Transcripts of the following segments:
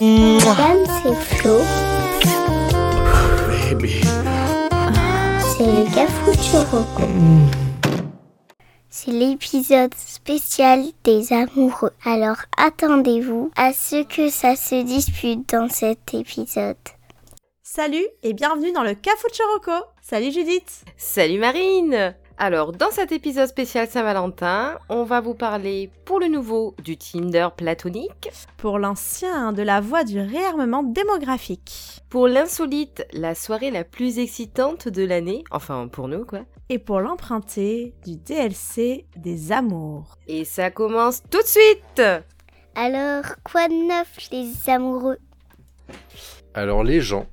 Madame, c'est Flo. C'est le Cafouche Roco. C'est l'épisode spécial des amoureux. Alors attendez-vous à ce que ça se dispute dans cet épisode. Salut et bienvenue dans le Cafou de Choroko. Salut Judith. Salut Marine Alors, dans cet épisode spécial Saint-Valentin, on va vous parler pour le nouveau du Tinder platonique, Pour l'ancien de la voie du réarmement démographique. pour l'insolite, la soirée la plus excitante de l'année, enfin pour nous quoi. Et pour l'emprunté du DLC des amours. Et ça commence tout de suite Alors, quoi de neuf les amoureux Alors les gens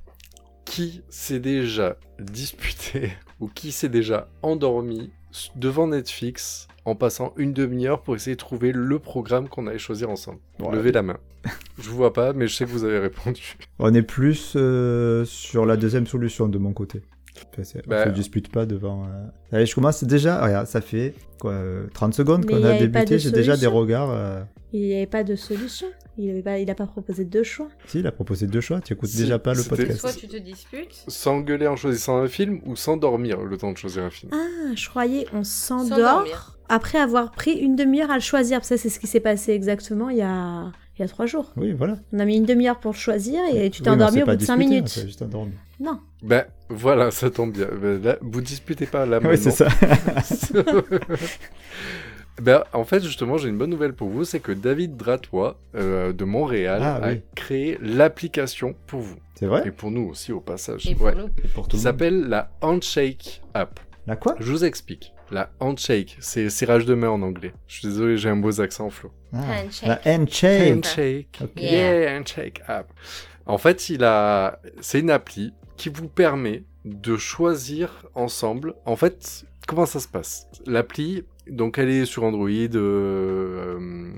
qui s'est déjà disputé ou qui s'est déjà endormi s- devant Netflix en passant une demi-heure pour essayer de trouver le programme qu'on allait choisir ensemble. Voilà. Levez la main. Je vous vois pas, mais je sais que vous avez répondu. On est plus euh, sur la deuxième solution de mon côté. Enfin, c'est- Bah. On se dispute pas devant. euh. Allez, je commence déjà. Ah, regarde, ça fait quoi, euh, 30 secondes Mais qu'on y a avait pas débuté. de J'ai déjà des solution. regards. euh. Il n'y avait pas de solution. Il n'a pas, il a pas proposé de choix. Si, il a proposé deux choix. Tu écoutes Si, déjà pas le c'était- podcast. Soit tu te disputes, S'engueuler en choisissant un film ou s'endormir le temps de choisir un film. Ah, je croyais on S'endormir. s'endort après avoir pris une demi-heure à le choisir. Parce que c'est ce qui s'est passé exactement il y a, il y a trois jours. Oui, voilà. On a mis une demi-heure pour le choisir et tu t'es Oui, mais on endormi s'est au pas bout de cinq disputé, on minutes. s'est juste endormi. Non. Ben voilà, ça tombe bien. Ben, là, vous disputez pas là Oui, c'est maintenant. ça. Ben, en fait, justement, j'ai une bonne nouvelle pour vous, c'est que David Dratois euh, de Montréal Ah, a oui. créé l'application pour vous. C'est Et vrai pour nous aussi, au passage. et pour Ouais. nous. Pour Qui tout le monde. s'appelle la Handshake App. La quoi Je vous explique. La Handshake, c'est serrage de main en anglais. Je suis désolé, j'ai un beau accent, Flo. Ah, Handshake. La handshake. Handshake. Ok. Yeah. Handshake App. En fait, il a... c'est une appli qui vous permet de choisir ensemble. En fait, comment ça se passe L'appli, donc elle est sur Android, euh, euh,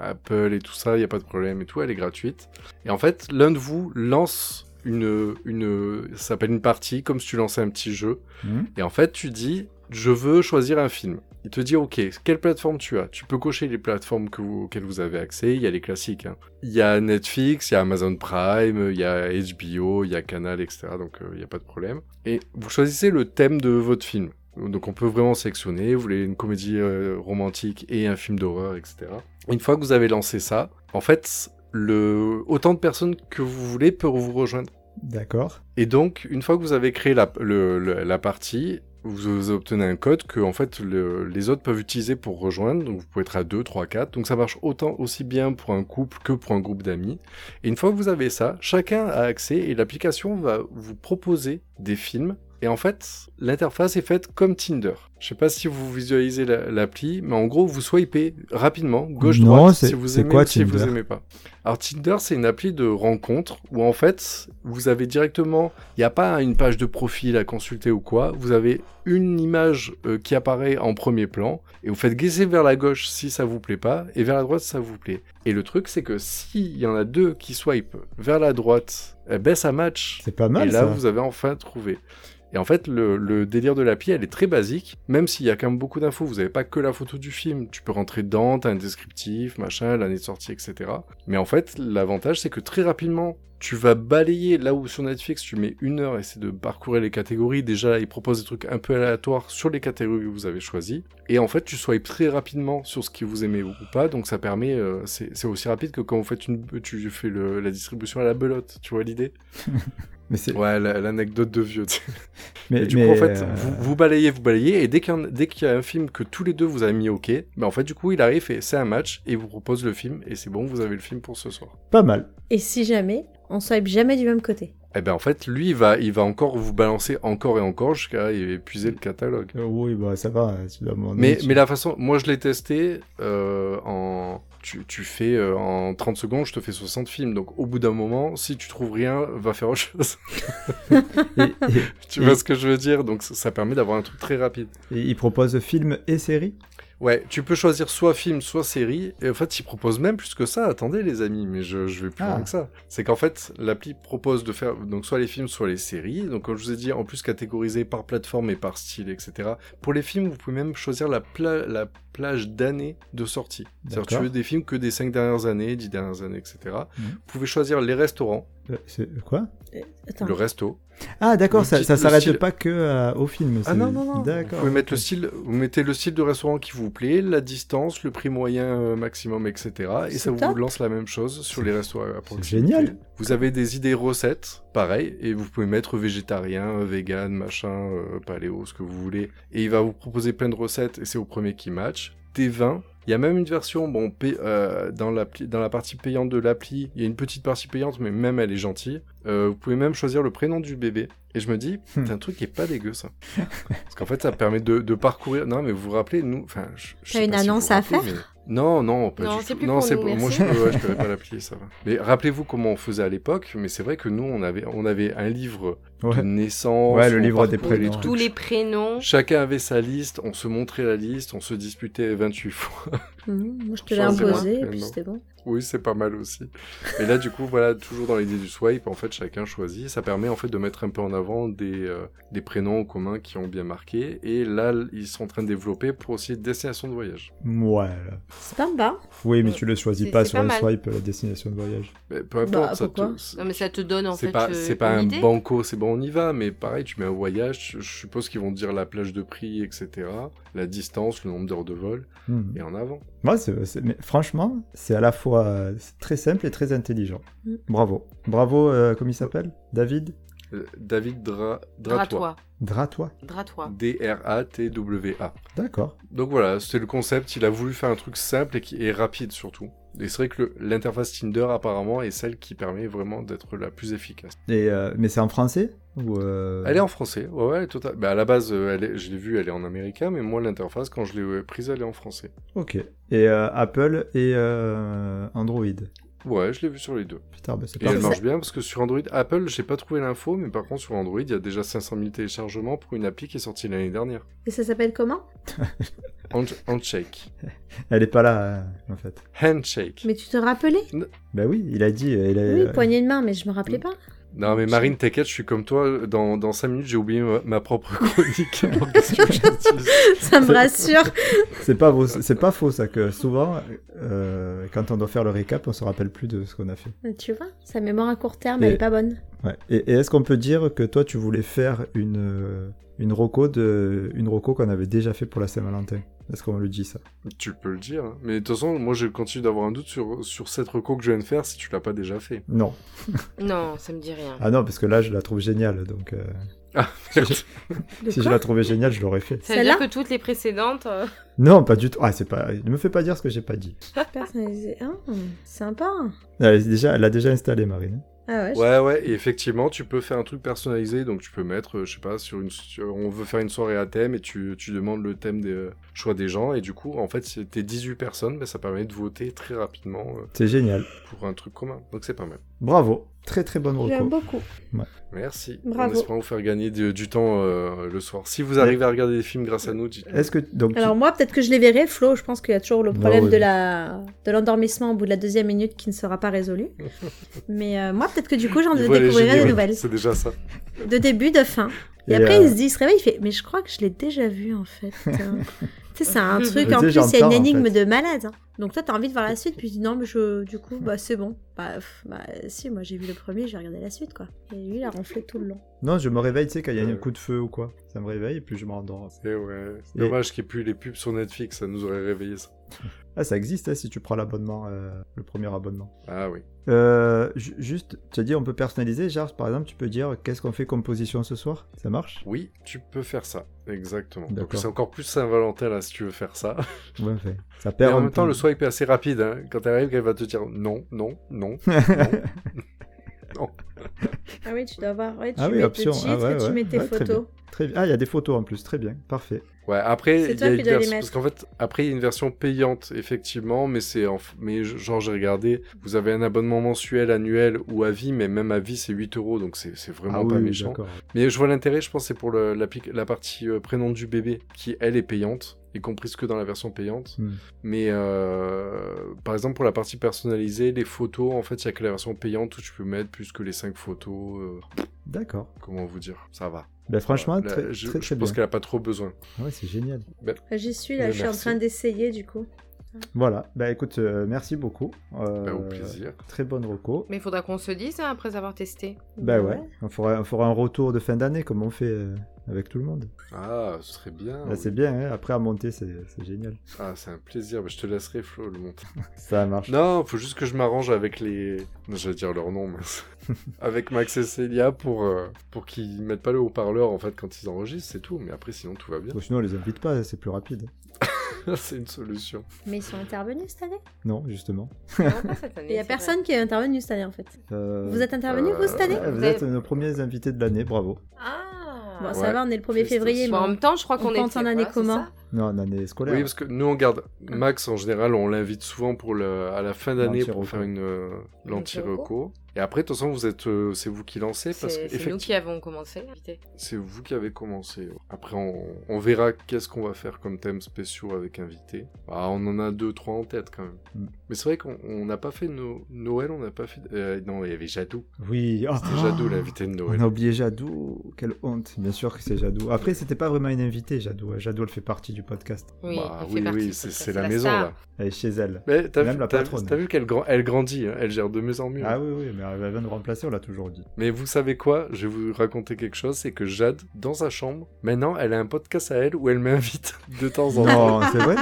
Apple et tout ça, il n'y a pas de problème et tout, elle est gratuite. Et en fait, l'un de vous lance une... une ça s'appelle une partie, comme si tu lançais un petit jeu. Hmm Et en fait, tu dis, je veux choisir un film. Il te dit, ok, quelle plateforme tu as Tu peux cocher les plateformes que vous- auxquelles vous avez accès. Il y a les classiques. hein. Il y a Netflix, il y a Amazon Prime, il y a HBO, il y a Canal, etc. Donc, euh, il n'y a pas de problème. Et vous choisissez le thème de votre film. Donc, on peut vraiment sectionner. Vous voulez une comédie euh, romantique et un film d'horreur, etc. Une fois que vous avez lancé ça, en fait, le... autant de personnes que vous voulez peuvent vous rejoindre. D'accord. Et donc, une fois que vous avez créé la, le- le- la partie, vous, vous obtenez un code que en fait le- les autres peuvent utiliser pour rejoindre. Donc, vous pouvez être à 2, 3, 4. Donc, ça marche autant aussi bien pour un couple que pour un groupe d'amis. Et une fois que vous avez ça, chacun a accès et l'application va vous proposer des films. Et en fait, l'interface est faite comme Tinder. Je sais pas si vous visualisez la- l'appli, mais en gros, vous swipez rapidement, Non, gauche-droite, c'est- si vous c'est aimez quoi ou si vous Tinder aimez pas. Alors Tinder, c'est une appli de rencontre où en fait, vous avez directement, il n'y a pas une page de profil à consulter ou quoi, vous avez une image euh, qui apparaît en premier plan et vous faites glisser vers la gauche si ça vous plaît pas et vers la droite si ça vous plaît. Et le truc, c'est que s'il y en a deux qui swipe vers la droite, eh ben ça match. C'est pas mal Et là, ça. vous avez enfin trouvé. Et en fait, le, le délire de l'appli, elle est très basique, même s'il y a quand même beaucoup d'infos. Vous n'avez pas que la photo du film. Tu peux rentrer dedans, t'as un descriptif, machin, l'année de sortie, etc. Mais en fait, l'avantage, c'est que très rapidement, tu vas balayer là où sur Netflix, tu mets une heure, essayer de parcourir les catégories. Déjà, ils proposent des trucs un peu aléatoires sur les catégories que vous avez choisies. Et en fait, tu swipes très rapidement sur ce que vous aimez ou pas. Donc, ça permet, euh, c'est c'est aussi rapide que quand vous faites une, tu fais le- la distribution à la belote. Tu vois l'idée? Mais c'est. Ouais, la- l'anecdote de vieux. tu sais. Mais, Et du mais, coup, en fait, euh, vous, vous balayez, vous balayez, et dès qu'il y, en- dès qu'il y a un film que tous les deux vous avez mis OK, bah en fait, du coup, il arrive et c'est un match, et il vous propose le film, et c'est bon, vous avez le film pour ce soir. Pas mal. Et si jamais, on swipe jamais du même côté. Et ben en fait, lui, il va, il va encore vous balancer encore et encore jusqu'à épuiser le catalogue. Euh, oui, bah ça va. euh, tu dois m'en- Mais, tu- mais la façon, moi je l'ai testé euh, en. Tu, tu fais euh, en 30 secondes, je te fais 60 films. Donc au bout d'un moment, si tu trouves rien, va faire autre chose. Et- et- tu vois ce que je veux dire Donc ça- ça permet d'avoir un truc très rapide. Et il propose film et série Ouais, tu peux choisir soit film, soit série. Et en fait, ils proposent même plus que ça. Attendez, les amis, mais je, je vais plus Ah. loin que ça. C'est qu'en fait, l'appli propose de faire donc soit les films, soit les séries. Donc, comme je vous ai dit, en plus catégorisé par plateforme et par style, etc. Pour les films, vous pouvez même choisir la, pla- la plage d'années de sortie. C'est-à-dire, tu D'accord. veux des films que des 5 dernières années, 10 dernières années, etc. Mhm. Vous pouvez choisir les restaurants, Euh, c'est- Quoi Attends. le resto. Ah, d'accord, Le ça, petit- ça le s'arrête style. pas que euh, au film. Ah c'est- non, non, non. Vous D'accord. pouvez mettre le style, vous mettez le style de restaurant qui vous plaît, la distance, le prix moyen euh, maximum, etc. Et C'est ça vous top. lance la même chose sur les restaurants à proximité. génial. Vous avez des idées recettes, pareil, et vous pouvez mettre végétarien, euh, vegan, machin, euh, paléo, ce que vous voulez. Et il va vous proposer plein de recettes, et c'est au premier qui match. Des vins. Il y a même une version, bon, pay- euh, dans, l'appli- dans la partie payante de l'appli, il y a une petite partie payante, mais même elle est gentille. Euh, vous pouvez même choisir le prénom du bébé. Et je me dis, Hmm. c'est un truc qui est pas dégueu ça. Parce qu'en fait, ça permet de, de parcourir. Non, mais vous vous rappelez, nous. Enfin, je, je T'as sais une pas si vous annonce vous à rappelez, faire mais- Non, non, pas Non, du c'est tout. plus non, pour nous, moi, merci. je, peux- ouais, je peux pas l'appeler, ça va. Mais rappelez-vous comment on faisait à l'époque. Mais c'est vrai que nous, on avait, on avait un livre de Ouais. naissance. Ouais, le on livre des parcourait prénoms. trucs. Tous les prénoms. Chacun avait sa liste, on se montrait la liste, on se disputait 28 fois. Mhm, moi, je Je te l'ai pense que c'est imposé, moi. et puis c'était bon. Oui, c'est pas mal aussi. Et là, du coup, voilà, toujours dans l'idée du swipe, en fait, chacun choisit. Ça permet en fait de mettre un peu en avant des, euh, des prénoms en commun qui ont bien marqué. Et là, ils sont en train de développer pour aussi destination de voyage. Ouais. là. C'est pas bas. Oui, Euh, mais tu le choisis C'est- pas c'est sur pas le mal. swipe, la destination de voyage. Mais peu Bah, importe, ça pourquoi te- Non, mais ça te donne en C'est fait. pas, euh, c'est pas un une idée. banco, c'est bon, on y va, mais pareil, tu mets un voyage, je suppose qu'ils vont te dire la plage de prix, etc., la distance, le nombre d'heures de vol, Hmm. et en avant. Ouais, c'est- c'est- mais franchement, c'est à la fois euh, c'est très simple et très intelligent. Mm. Bravo. Bravo, euh, comment il s'appelle David Euh, David Dra... Dratois. Dratois. Dratois. Dratois. D-R-A-T-W-A. D'accord. Donc voilà, c'était le concept. Il a voulu faire un truc simple et qui est rapide surtout. Et c'est vrai que le- l'interface Tinder apparemment est celle qui permet vraiment d'être la plus efficace. Et, euh, mais c'est en français ou euh, Elle est en français, ouais, ouais, total. Bah, à la base, euh, elle est- je l'ai vue, elle est en américain, mais moi l'interface quand je l'ai euh, prise, elle est en français. Ok. Et euh, Apple et euh, Android. Ouais, je l'ai vue sur les deux. Putain, bah, c'est Et pas elle mal. marche bien parce que sur Android, Apple, j'ai pas trouvé l'info, mais par contre sur Android, il y a déjà 500 000 téléchargements pour une appli qui est sortie l'année dernière. Et ça s'appelle comment Hand- Handshake. Elle est pas là, euh, en fait. Handshake. Mais tu te rappelais Bah oui, il a dit. euh, Il a- Oui, poignée de main, mais je me rappelais pas. Non mais Marine, t'inquiète, je suis comme toi. Dans, dans 5 minutes, j'ai oublié ma, ma propre chronique. Alors, qu'est-ce que je dis ça me rassure. C'est pas, faux- c'est pas faux, ça, que souvent, euh, quand on doit faire le récap, on se rappelle plus de ce qu'on a fait. Mais tu vois, sa mémoire à court terme, Et- elle est pas bonne. Ouais. Et, et est-ce qu'on peut dire que toi, tu voulais faire une, euh, une roco de une roco qu'on avait déjà fait pour la Saint-Valentin Est-ce qu'on le dit ça Tu peux le dire, hein. mais de toute façon, moi je continue d'avoir un doute sur, sur cette reco que je viens de faire si tu l'as pas déjà fait. Non. Non, ça me dit rien. Ah non, parce que là, je la trouve géniale. Donc, euh, De si je quoi la trouvais géniale, je l'aurais fait. Ça veut dire Celle-là que toutes les précédentes. euh, Non, pas du tout. Ah, c'est pas. Ne me fais pas dire ce que j'ai pas dit. Personnalisé. Ah, sympa. Elle, est déjà, elle l'a déjà installée, Marine. Ah ouais. je- Ouais, ouais, et effectivement, tu peux faire un truc personnalisé, donc tu peux mettre, euh, je sais pas, sur une, sur- on veut faire une soirée à thème et tu, tu demandes le thème des euh, choix des gens, et du coup, en fait, si t'es 18 personnes, bah, ça permet de voter très rapidement euh, C'est génial. pour un truc commun, donc c'est pas mal. Bravo. Très très bonne J'aime roco. beaucoup. Merci. Bravo. En espérant vous faire gagner du, du temps euh, le soir. Si vous arrivez à regarder des films grâce à nous, dites Est-ce que donc tu- Alors moi, peut-être que je les verrai, Flo. Je pense qu'il y a toujours le problème ouais. de la de l'endormissement au bout de la deuxième minute qui ne sera pas résolu. Mais euh, moi, peut-être que du coup, j'en Il voit les découvrirai génies, des ouais, nouvelles, C'est déjà ça. de début, de fin. Et, et, après, euh, il se dit, il se réveille, il fait, mais je crois que je l'ai déjà vu en fait. Euh, tu sais, c'est un truc Mais en tu plus, sais, c'est une j'entends, en énigme de fait. malade. hein. Donc toi, t'as envie de voir la suite, puis tu dis non, mais je, du coup, bah c'est bon. Bah, pff, bah, si, moi j'ai vu le premier, j'ai regardé la suite quoi. Et lui, il a ronflé tout le long. non, je me réveille, tu sais, quand il y a Euh. un coup de feu ou quoi. Ça me réveille et puis je me rendors. Et Eh ouais. C'est Et- Dommage qu'il n'y ait plus les pubs sur Netflix, ça nous aurait réveillé ça. Ah, ça existe hein, si tu prends l'abonnement, euh, le premier abonnement. Ah oui. Euh, ju- juste, tu as dit on peut personnaliser, genre par exemple tu peux dire qu'est-ce qu'on fait comme position ce soir Ça marche Oui, tu peux faire ça, exactement. Donc D'accord. c'est encore plus Saint-Valentin là si tu veux faire ça. Ouais, fait. Ça Et perd en un même temps, peu. le swipe est assez rapide. hein. Quand elle arrive, elle va te dire non, non, non, non. Ah oui, tu dois voir. Ouais, tu Ah oui, mets option. le titre Ah ouais, et tu ouais. mets tes Ouais, très photos. Très bien. Ah, il y a des photos en plus, très bien, parfait. Ouais, après, C'est il y toi a qui une dois les version. Parce mettre. qu'en fait, après, il y a une version payante, effectivement, mais c'est. En... f- Mais je- genre, j'ai regardé, vous avez un abonnement mensuel, annuel ou à vie, mais même à vie, c'est 8 euros, donc c'est c'est vraiment ah pas oui, méchant. d'accord. Mais je vois l'intérêt, je pense, c'est pour le- la, pic- la partie euh, prénom du bébé, qui elle est payante. et comprises que dans la version payante. Hmm. Mais euh, par exemple, pour la partie personnalisée, les photos, en fait, il n'y a que la version payante où tu peux mettre plus que les 5 photos. euh, D'accord. comment vous dire Ça va. Bah, franchement, Voilà, là, très, je, très, je très bien. pense qu'elle n'a pas trop besoin. Ouais, c'est génial. Bah, J'y suis là, Ouais, je suis en merci. train d'essayer du coup. Voilà. Bah, écoute, euh, merci beaucoup. Euh, Bah, au plaisir. Très bonne reco. Mais il faudra qu'on se dise hein, après avoir testé. Bah ouais, on fera, on fera un retour de fin d'année comme on fait euh, avec tout le monde. Ah, ce serait bien. Là, oui. c'est bien, hein, après à monter, c'est c'est génial. Ah, c'est un plaisir. Bah, je te laisserai, Flo, le monter. Ça marche. Non, faut juste que je m'arrange avec les. Non, J'allais dire leur nom, mince. avec Max et Célia pour, euh, pour qu'ils mettent pas le haut-parleur en fait quand ils enregistrent, c'est tout. Mais après, sinon, tout va bien. Bon, sinon, on les invite pas, c'est plus rapide. c'est une solution. Mais ils sont intervenus cette année Non, justement. Non, pas cette année, Il y a c'est vrai. personne qui est intervenu cette année en fait. Euh, Vous êtes intervenu euh, vous cette année ouais, vous Vous avez- êtes nos premiers invités de l'année, bravo. Ah Bon, Ouais. ça va, on est le 1er février. Bon, en mais- même temps, je crois On qu'on est. pense en année voilà, c'est commun. ça. Non, en année scolaire. Oui, parce que nous, on garde Ah. Max en général, on l'invite souvent pour le... à la fin d'année pour L'anti-reco. faire une euh, l'anti-reco. L'anti-reco. Et après, de toute façon, vous êtes, euh, c'est vous qui lancez parce que C'est c'est nous qui avons commencé. invité. C'est vous qui avez commencé. Après, on, on verra qu'est-ce qu'on va faire comme thème spéciaux avec invité. Ah, on en a deux, trois en tête quand même. Mm. Mais c'est vrai qu'on on n'a pas fait no- Noël, on n'a pas fait. euh, non, il y avait Jadou. Oui, oh. C'était Jadou l'invité de Noël. On a oublié Jadou, quelle honte. Bien sûr que c'est Jadou. Après, c'était pas vraiment une invitée, Jadou. Jadou, elle fait partie du podcast. Oui, Bah il fait oui, partie, oui, ça, c'est ça, c'est la, maison star. là. Elle est chez elle. Mais t'as Même vu, la t'as- patronne. t'as vu qu'elle grand- elle grandit, hein, elle gère de mieux en mieux. Ah oui, oui, mais elle vient de remplacer, on l'a toujours dit. Mais vous savez quoi Je vais vous raconter quelque chose, c'est que Jade, dans sa chambre, maintenant, elle a un podcast à elle où elle m'invite de temps en temps. Non, c'est vrai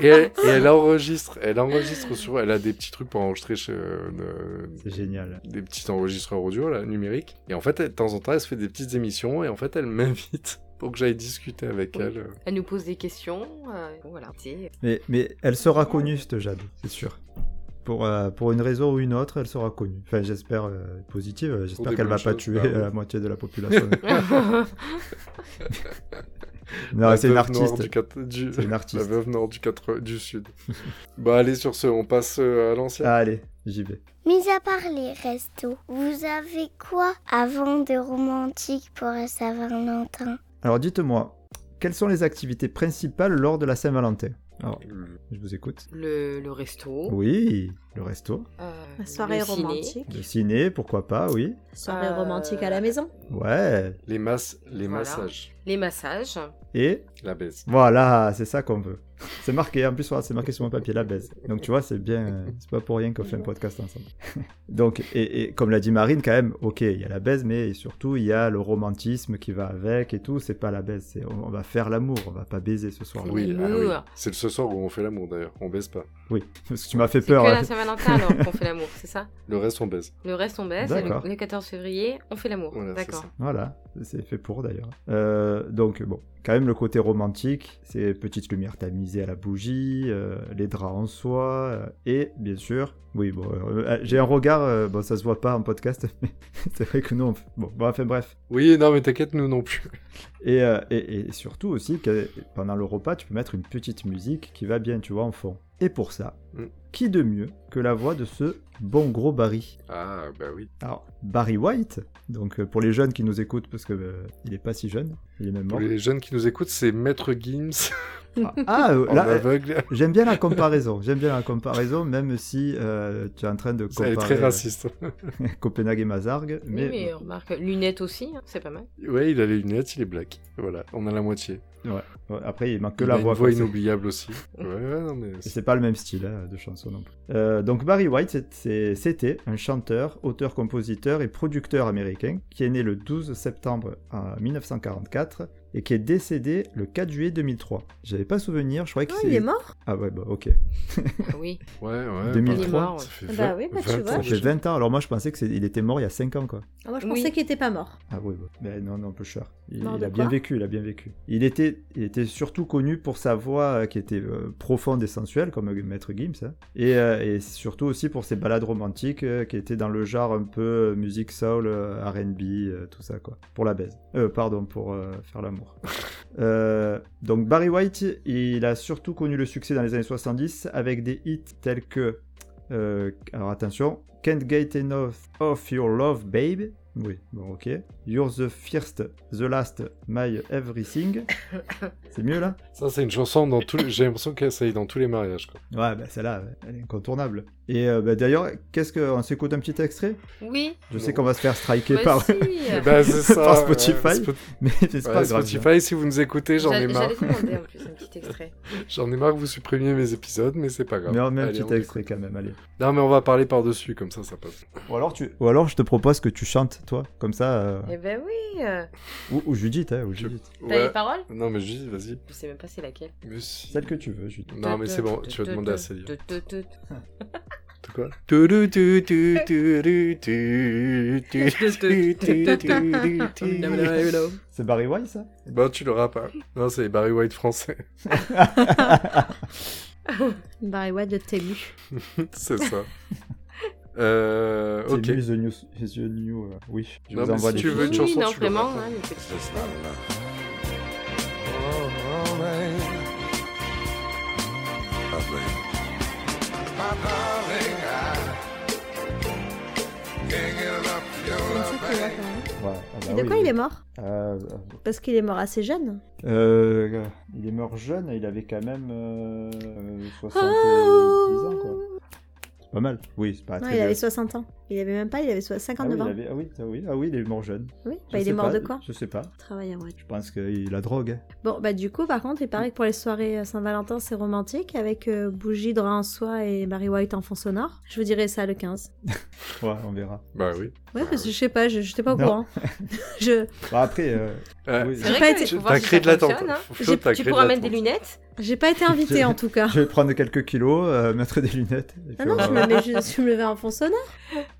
Et elle, et elle enregistre, elle enregistre sur, elle a des petits trucs pour enregistrer chez, euh, le- C'est génial. des petits enregistreurs audio là, numériques. Et en fait, elle- de temps en temps, elle se fait des petites émissions et en fait, elle m'invite pour que j'aille discuter avec Oui. elle. euh, Elle nous pose des questions. euh, voilà. C'est- Mais, mais elle sera connue, cette Jade, c'est sûr. Pour, euh, pour une raison ou une autre, elle sera connue. Enfin, j'espère euh, positive. euh, J'espère des qu'elle bonnes va pas choses, tuer bah oui. la moitié de la population. non, La c'est une veuve noire artiste. du quat- du- C'est une La artiste. veuve nord du, quatre- du sud. bah allez sur ce, on passe euh, à l'ancien. Ah, allez, j'y vais. Mis à part les restos, vous avez quoi avant de romantique pour la Saint-Valentin Alors, dites-moi, quelles sont les activités principales lors de la Saint-Valentin Alors, Hmm. je vous écoute. le, le resto. Oui, le resto, euh, La soirée le ciné. romantique. le ciné, pourquoi pas, oui. Soirée Euh, romantique à la maison. Ouais. Les masses, les Voilà. massages, Les massages. Et la baisse. Voilà, c'est ça qu'on veut. C'est marqué, en plus, voilà, c'est marqué sur mon papier, la baisse. Donc tu vois, c'est bien, euh, c'est pas pour rien qu'on fait un podcast ensemble. Donc, et, et comme l'a dit Marine, quand même, ok, il y a la baisse, mais surtout, il y a le romantisme qui va avec et tout, c'est pas la baisse, c'est on, on va faire l'amour, on va pas baiser ce soir. C'est Oui, ah oui. l'amour. c'est ce soir où on fait l'amour d'ailleurs, on baisse pas. Oui, parce que tu m'as fait C'est que peur. la hein. Saint-Valentin alors qu'on fait l'amour, c'est ça Le reste on baise. Le reste on baisse. et D'accord. Le, le 14 février, on fait l'amour. Voilà, c'est D'accord. ça. Voilà, c'est fait pour d'ailleurs. Euh, donc bon, quand même le côté romantique, c'est petite lumière tamisée à la bougie, euh, les draps en soie, euh, et bien sûr, oui bon, euh, euh, j'ai un regard, euh, bon ça se voit pas en podcast, mais c'est vrai que non. Bon, bon enfin bref. Oui, non mais t'inquiète, nous non plus. Et, euh, et- et surtout aussi que pendant le repas, tu peux mettre une petite musique qui va bien, tu vois, en fond. Et pour ça, Mm. qui de mieux que la voix de ce bon gros Barry Ah bah oui. Alors, Barry White, donc euh, pour les jeunes qui nous écoutent, parce que euh, il est pas si jeune, il est même Pour mort. les jeunes qui nous écoutent, c'est Maître Gims Ah, ah, euh, en là, euh, aveugle. j'aime bien la comparaison, j'aime bien la comparaison, même si euh, tu es en train de Elle comparer est très euh, raciste. Copenhague et Mazargue, Oui, mais, mais, remarque, lunettes aussi, hein, c'est pas mal. Ouais, il a les lunettes, il est black. Voilà, on a la moitié. Ouais, après il manque que il la a voix. une voix quoi, c'est- inoubliable aussi. Ouais, ouais, non mais. Et C'est pas le même style hein, de chanson non plus. Euh, donc Barry White, c'est- c'est- c'était un chanteur, auteur, compositeur et producteur américain qui est né le 12 septembre euh, 1944 et qui est décédé le 4 juillet 2003. J'avais pas souvenir, je croyais que Non, c'est... il est mort Ah ouais, bah ok. Ah oui. Ouais, bah. ouais. 2003. pardon, Il Ça est fait mort, 20, ouais. Bah oui, bah, tu 20 vois. ans Ça déjà. fait 20 ans, alors moi je pensais qu'il était mort il y a 5 ans quoi. Ah, Moi, je Oui. pensais qu'il était pas mort. Ah oui, bah, mais non, non, peu cher. Il, Non, il de a bien quoi vécu, il a bien vécu. Il était, il était surtout connu pour sa voix euh, qui était euh, profonde et sensuelle, comme euh, Maître Gims, hein. et, euh, et surtout aussi pour ses balades romantiques euh, qui étaient dans le genre un peu euh, musique soul, euh, R&B, euh, tout ça quoi. Pour la baise. Euh, pardon, pour euh, faire l'amour. Euh, donc Barry White, il a surtout connu le succès dans les années 70 avec des hits tels que, euh, alors attention, Can't Get Enough of Your Love Babe, Oui, bon, ok. You're the first, the last, my everything. C'est mieux là Ça, c'est une chanson dans tous les... J'ai l'impression qu'elle est dans tous les mariages. quoi. Ouais, bah celle-là, elle est incontournable. Et euh, bah, d'ailleurs, qu'est-ce que. On s'écoute un petit extrait Oui. Je sais Non. qu'on va se faire striker Bah par. si. Eh ben, c'est ça, Par ouais, Spotify. Spo- Mais c'est ouais, pas grave. Spotify, si vous nous écoutez, j'en ai J'allais marre. j'allais demander en plus un petit extrait. J'en ai marre que vous supprimiez mes épisodes, mais c'est pas grave. Mais on met un Allez, petit on- extrait quand même, allez. Non, mais on va parler par-dessus, comme ça, ça passe. Ou alors, tu... Ou alors je te propose que tu chantes, toi, comme ça. euh, Eh ben oui. euh, Ou, ou Judith, hein, ou Judith. T'as les paroles Non, mais juste, vas-y. Je sais même pas c'est laquelle. Mais si. Celle que tu veux, Judith. Non, mais c'est bon, tu vas demander à Céline. Céline. De quoi Toulou, tou, tou, toulou, tou, tou, tou, tou, tou, tou. C'est Barry White, ça Bon, tu l'auras pas. Non, c'est Barry White français. Barry White de Télu. c'est ça. Euh, C'est ok. lui, The New, the new euh, Wish. Je Non, vous mais envoie si des tu veux une photos. chanson, non, tu l'auras vraiment, pas. hein, les petits Ouais, ah bah de oui, quoi oui. il est mort Euh, Parce qu'il est mort assez jeune. euh, il est mort jeune, il avait quand même euh, euh, 70 ans, quoi. C'est pas mal. Oui, c'est pas Non, Ah, très il avait vieux. 60 ans. Il avait même pas, il avait soit ah, 59 oui, il ans. avait- ah, oui, ah oui, ah oui, il est mort jeune. Oui, Je bah, il sais est mort pas, de quoi Je sais pas. Travail à moitié. Je pense qu'il a drogue. hein. Bon, bah du coup, par contre, il paraît que pour les soirées euh, Saint-Valentin, c'est romantique avec euh, bougie, drap en soie et Barry White en fond sonore. Je vous dirai ça le 15. Ouais, on verra. Bah oui. Ouais, Ah parce que oui. je sais pas, je j'étais pas au Non. courant. je Bah, après, euh, Euh, oui, C'est vrai pas que été- faut voir T'as si créé ça de l'attente. fonctionne, hein. Faut- J'ai- t'as Tu créé de pourras mettre des l'attente. lunettes j'ai pas été invitée en tout cas. je vais prendre quelques kilos, euh, mettre des lunettes. et Ah puis non, on tu va- me mets juste, tu me mets en fond sonore.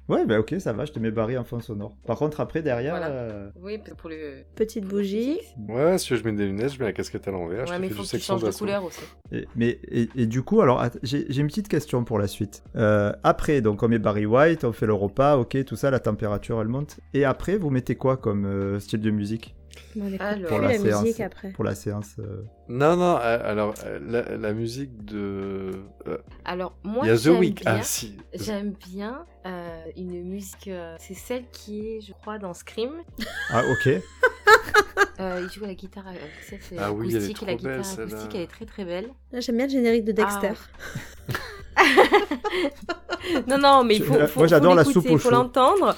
Ouais, bah ok, ça va, je te mets Barry en fond sonore. Par contre, après, derrière, Voilà. euh, Oui, parce que pour le. Petite bougie. Ouais, si Ah, je mets des lunettes, je mets la casquette à l'envers. je ouais, te mais fais faut du que tu section changes de d'assaut. couleur aussi. et, mais, et, et du coup, alors, att- j'ai j'ai une petite question pour la suite. Euh, après, donc, on met Barry White, on fait le repas, ok, tout ça, la température, elle monte. Et après, vous mettez quoi comme euh, style de musique On écoute Alors. plus Pour la, la séance. musique après. pour la séance euh Non, non, euh, alors, euh, la, la musique de. euh, Alors, moi, Il y a The j'aime Week. bien- Ah, si. J'aime bien euh, une musique. euh, c'est celle qui est, je crois, dans Scream. Ah, ok. Euh, il joue à la guitare euh, tu sais, c'est Ah oui, elle est acoustique. et la trop belle, guitare celle-là. acoustique, elle est très très belle. Là, j'aime bien le générique de Dexter. Non, non, mais il faut. Moi, faut- faut j'adore la l'écouter, soupe aux faut choux. l'entendre.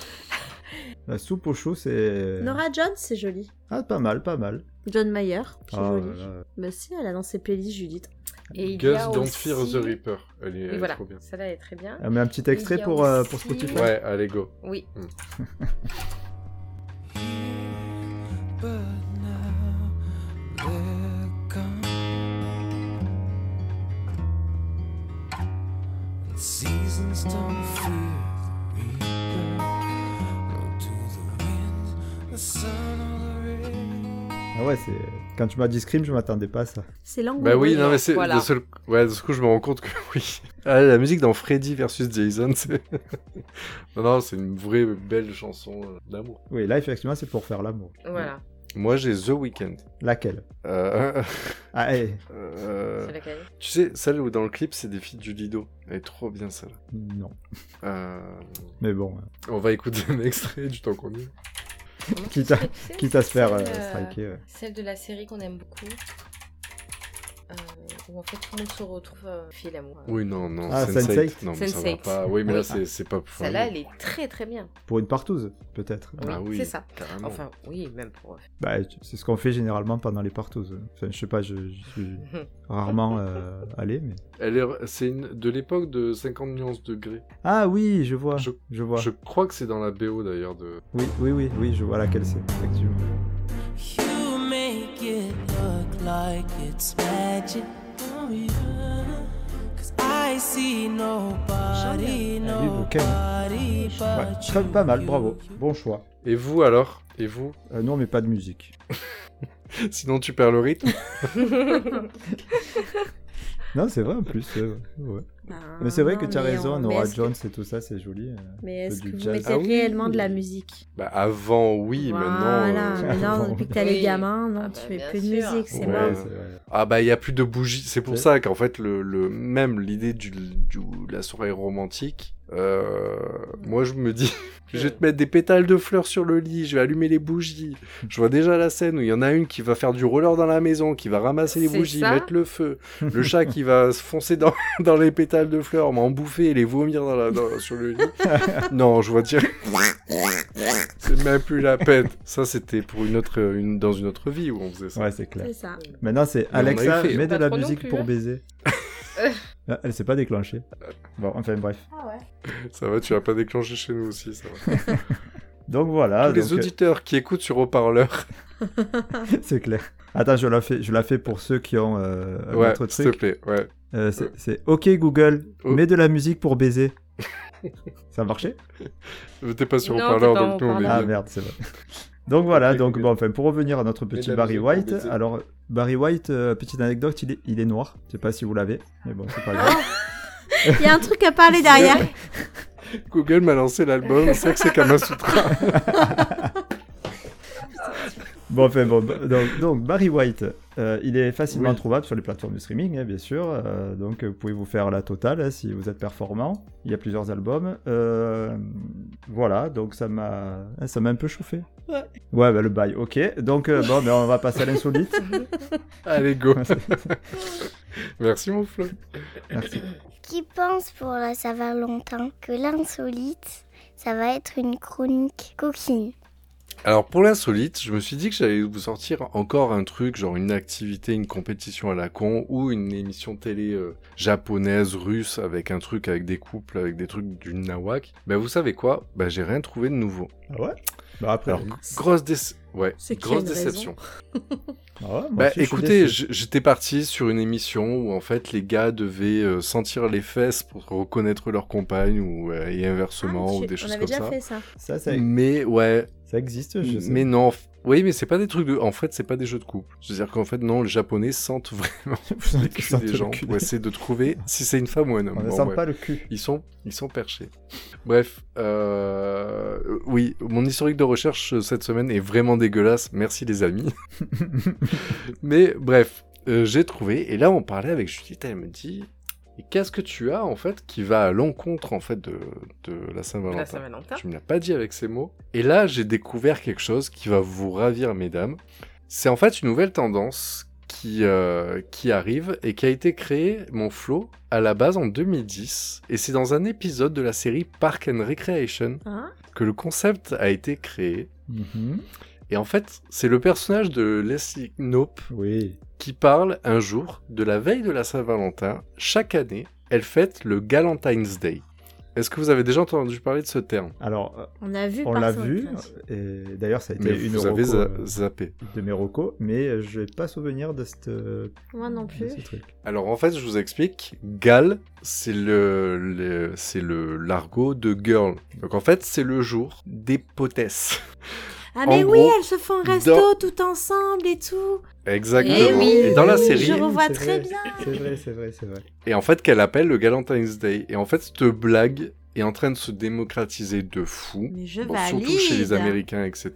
La soupe au chou, c'est. Nora Jones, c'est joli. Ah, pas mal, pas mal. John Mayer, c'est Ah, joli. là, là. Bah si, elle a dans ses playlists, Judith. Et il y Gus a Don't aussi- Fear the Reaper. Elle est, elle Oui, est voilà. trop bien. Celle-là elle est très bien. Ah, mais un petit extrait Il y a pour, euh, pour aussi- Spotify. Ouais, allez, go. Oui. Seasons don't fear the reaper, nor do the wind, the sun, or the rain. Ah ouais, c'est. Quand tu m'as dit Scream, je m'attendais pas à ça. C'est l'angle. Bah oui, non, mais c'est. Voilà. De, seul... ouais, de ce coup, je me rends compte que oui. Ah, la musique dans Freddy versus Jason, c'est. non, non, c'est une vraie belle chanson euh, d'amour. Oui, là, effectivement, c'est pour faire l'amour. Voilà. Moi, j'ai The Weeknd. Laquelle Euh, Ah, eh, euh, C'est laquelle Tu sais, celle où dans le clip, c'est des filles du Lido. Elle est trop bien, celle-là. non. Euh, Mais bon, On va écouter un extrait du temps qu'on est. Comment Quitte ça à- s'appelle, tu sais quitte à se faire euh, Celle, euh, striker. ouais. Celle de la série qu'on aime beaucoup. Euh, où en fait tout le monde se retrouve euh, fait l'amour. Oui, non, non. Ah, Sense8. Sense8. Non, mais ça va Sense8. pas. Oui, mais là, Oui. c'est- c'est pas pour. Celle-là elle est très très bien. Pour une partouze, peut-être. Oui, Ah oui, c'est ça. carrément. Enfin, oui, même pour. Bah, tu- c'est ce qu'on fait généralement pendant les partouzes. Enfin, je sais pas, je, je suis rarement euh, allé, mais. Elle est, c'est une, de l'époque de 50 nuances degrés. Ah oui, je vois. Je- Je, vois. Je crois que c'est dans la BO d'ailleurs de. Oui, oui, oui, oui, je vois laquelle c'est, effectivement. You make it look like it's magic. Oh, yeah. 'Cause I see nobody, Ah oui, vos nobody cales. Ah, Ouais, but très- you, pas mal, you, bravo. you. Bon choix. Et vous alors Et vous Euh, non, mais pas de musique. Sinon tu perds le rythme. Non, c'est vrai en plus. c'est vrai, ouais. Bah, Ah, Mais c'est vrai que non, tu as mais raison, on- mais Nora est-ce que- Jones et tout ça, c'est joli. euh. Mais est-ce que du vous jazz. mettez Ah oui. réellement de la musique bah avant oui, Voilà, maintenant. euh, mais non, depuis que t'as les Oui. gamins, non, Ah tu bah, fais bien plus de sûr. musique, c'est Ouais. mort. c'est vrai. Ah bah il y a plus de bougies. C'est pour Ouais. ça qu'en fait le, le même l'idée du, du- la soirée romantique. euh, moi je me dis Je vais te mettre des pétales de fleurs sur le lit, je vais allumer les bougies. Je vois déjà la scène où il y en a une qui va faire du roller dans la maison, qui va ramasser les C'est bougies, ça mettre le feu. Le chat qui va se foncer dans, dans les pétales de fleurs, m'en bouffer et les vomir dans la, dans- sur le lit. non, je vois dire. C'est même plus la peine. Ça, c'était pour une autre, une, dans une autre vie où on faisait ça. Ouais, c'est clair. C'est ça. Maintenant, c'est on a Alexa, eu fait. mets de Pas la trop non musique plus, pour hein. baiser. Ah, Elle s'est pas déclenchée. Bon, enfin bref. Ça va, tu vas pas déclencher chez nous aussi, ça va. Donc voilà, Tous les donc, euh, auditeurs qui écoutent sur haut-parleur, c'est clair. Attends, je la fais, je la fais pour ceux qui ont euh, un ouais, autre s'il te truc. plaît, ouais. Euh, c'est- c'est OK Google, Oh. mets de la musique pour baiser. Ça a marché T'es pas sur Non, haut-parleur, t'es pas en donc nous, on est haut-parleur. Ah bien. merde, c'est vrai. Donc voilà, Ok, donc cool. bon, enfin pour revenir à notre petit la Barry musique pour White, baiser. alors Barry White, euh, petite anecdote, il est, il est noir. Je sais pas si vous l'avez, mais bon, c'est pas grave. Il y a un truc à parler derrière. Ah, Google m'a lancé l'album, c'est que c'est Kamasutra. Bon, enfin bon, b- donc, donc, Barry White, euh, il est facilement trouvable sur les plateformes de streaming, hein, bien sûr. euh, donc vous pouvez vous faire la totale hein, si vous êtes performant. Il y a plusieurs albums. euh, voilà, donc ça m'a, hein, ça m'a un peu chauffé. Ouais. Ouais, bah, le bail, ok. Donc euh, bon, mais on va passer à l'insolite. Allez, go. Merci, mon Flo. Merci. Qui pense pour la Saint-Valentin que l'insolite, ça va être une chronique coquine Alors, pour l'insolite, je me suis dit que j'allais vous sortir encore un truc, genre une activité, une compétition à la con, ou une émission télé euh, japonaise, russe, avec un truc avec des couples, avec des trucs du nawak. Ben, vous savez quoi Ben, j'ai rien trouvé de nouveau. Ah ouais. Bah après. Alors, grosse, déce- ouais, C'est qu'il y a grosse une raison. déception. Ah ouais, moi Bah aussi, je suis écoutez, déçu. j- j'étais parti sur une émission où en fait les gars devaient euh, sentir les fesses pour reconnaître leur compagne ou euh, et inversement Ah, ou tu- des choses On avait comme déjà ça. fait ça. ça, ça, Mais ouais, ça existe. Je sais. mais non. f- Oui, mais c'est pas des trucs de. En fait, c'est pas des jeux de couple. C'est-à-dire qu'en fait, non, les Japonais sentent vraiment Vous en les culs sentez des le gens cul. pour essayer de trouver si c'est une femme ou un homme. On ne Bon, sent ouais. pas le cul. Ils sont, ils sont perchés. Bref, euh, oui, mon historique de recherche euh, cette semaine est vraiment dégueulasse. Merci les amis. Mais bref, euh, j'ai trouvé. Et là, on parlait avec Judith. Elle me dit, Et qu'est-ce que tu as en fait qui va à l'encontre en fait de, de la La Saint-Valentin Saint-Valentin. Tu me l'as pas dit avec ces mots. Et là, j'ai découvert quelque chose qui va vous ravir, mesdames. C'est en fait une nouvelle tendance qui, euh, qui arrive et qui a été créée, mon flow, à la base en 2010. Et c'est dans un épisode de la série Park and Recreation Hein que le concept a été créé. Mhm. Et en fait, c'est le personnage de Leslie Knope Oui. qui parle un jour de la veille de la Saint-Valentin. Chaque année, elle fête le Galentine's Day. Est-ce que vous avez déjà entendu parler de ce terme Alors, euh, On a vu. on par l'a ça, vu. en fait. Et d'ailleurs, ça a été Mais une vous avez reco, za- euh, zappé. de mes recos, mais je n'ai pas souvenir de, cette, de Moi non plus. ce truc. Alors en fait, je vous explique. Gal, c'est le, le- c'est le l'argot de girl. Donc en fait, c'est le jour des potesses. Ah mais En oui, gros, elles se font un resto dans- tout ensemble et tout. Exactement. Eh oui, et dans la oui, série, je revois c'est très vrai. bien. C'est vrai, c'est vrai, c'est vrai. et en fait, qu'elle appelle le Galentine's Day. Et en fait, cette blague est en train de se démocratiser de fou. Mais je Bon, valide. surtout chez les Américains, etc.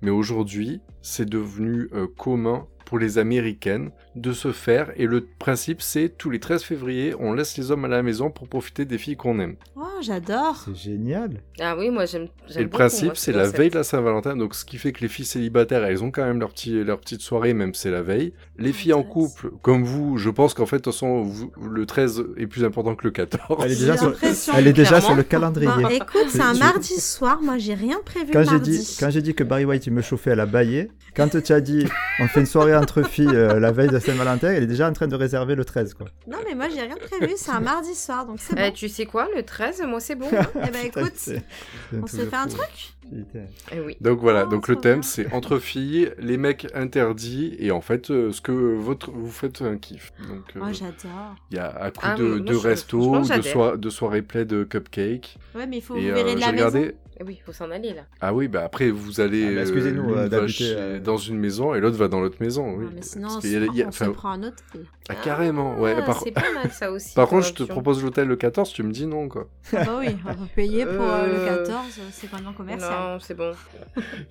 Mais aujourd'hui, c'est devenu euh, commun pour les Américaines de se faire. Et le principe, c'est tous les 13 février, on laisse les hommes à la maison pour profiter des filles qu'on aime. Oh, j'adore. C'est génial. Ah oui, moi j'aime. Et j'aime le beaucoup, principe, moi, ce c'est la concept. veille de la Saint-Valentin, donc ce qui fait que les filles célibataires, elles ont quand même leur, petit, leur petite soirée, même si c'est la veille. Ah, Les filles en Intéressant. couple, comme vous, je pense qu'en fait, de toute façon, vous- le 13 est plus important que le 14. Elle est J'ai déjà, sur, l'impression, elle est déjà clairement. sur le calendrier. Bah, écoute, c'est un Je- mardi soir. Moi, j'ai rien prévu Quand le j'ai mardi. dit, quand j'ai dit que Barry White il me chauffait, elle a baillé. Quand tu as dit on fait une soirée entre filles euh, la veille de Saint-Valentin, elle est déjà en train de réserver le 13 quoi. Non, mais moi, j'ai rien prévu. C'est un mardi soir, donc Euh, c'est Eh, bon. tu sais quoi, le 13, moi c'est bon. hein. Ah, Eh ben, écoute, on se fait un truc. Eh oui. Donc voilà, Oh, donc trop le thème, bien. c'est entre filles, les mecs interdits, et en fait, euh, ce que votre, vous faites un kiff. Donc, euh, Oh, j'adore. il y a à coup Ah, de, moi, de je- resto, franchement, de, j'adhère. soi- de soirée pleine de cupcakes. Ouais, mais il faut vous et verrez euh, de j'ai la maison. regardé, Eh oui, faut s'en aller là. Ah oui, bah après vous allez. Ah, mais euh, excusez-nous, l'une euh, va d'habiter, chez- euh, Dans une maison et l'autre va dans l'autre maison. Oh, Oui. Non, Ah, mais sinon, on, Parce se qu'il y a- prend, il y a- on se enfin, prend un hôtel. ah, carrément, ouais. Ah, par C'est pas mal ça aussi. par comme contre, je te option. propose l'hôtel le 14, tu me dis non, quoi. Ah bah oui, on va payer pour euh, le Euh, 14, euh, c'est complètement commercial. Non, c'est bon.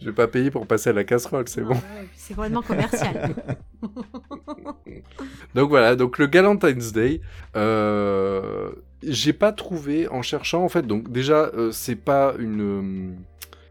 Je vais pas payer pour passer à la casserole, c'est Ah, Non, bon. ouais, bah C'est complètement commercial. Donc voilà, donc le Galentine's Day, euh, J'ai pas trouvé en cherchant en fait. Donc déjà, euh, c'est pas une euh,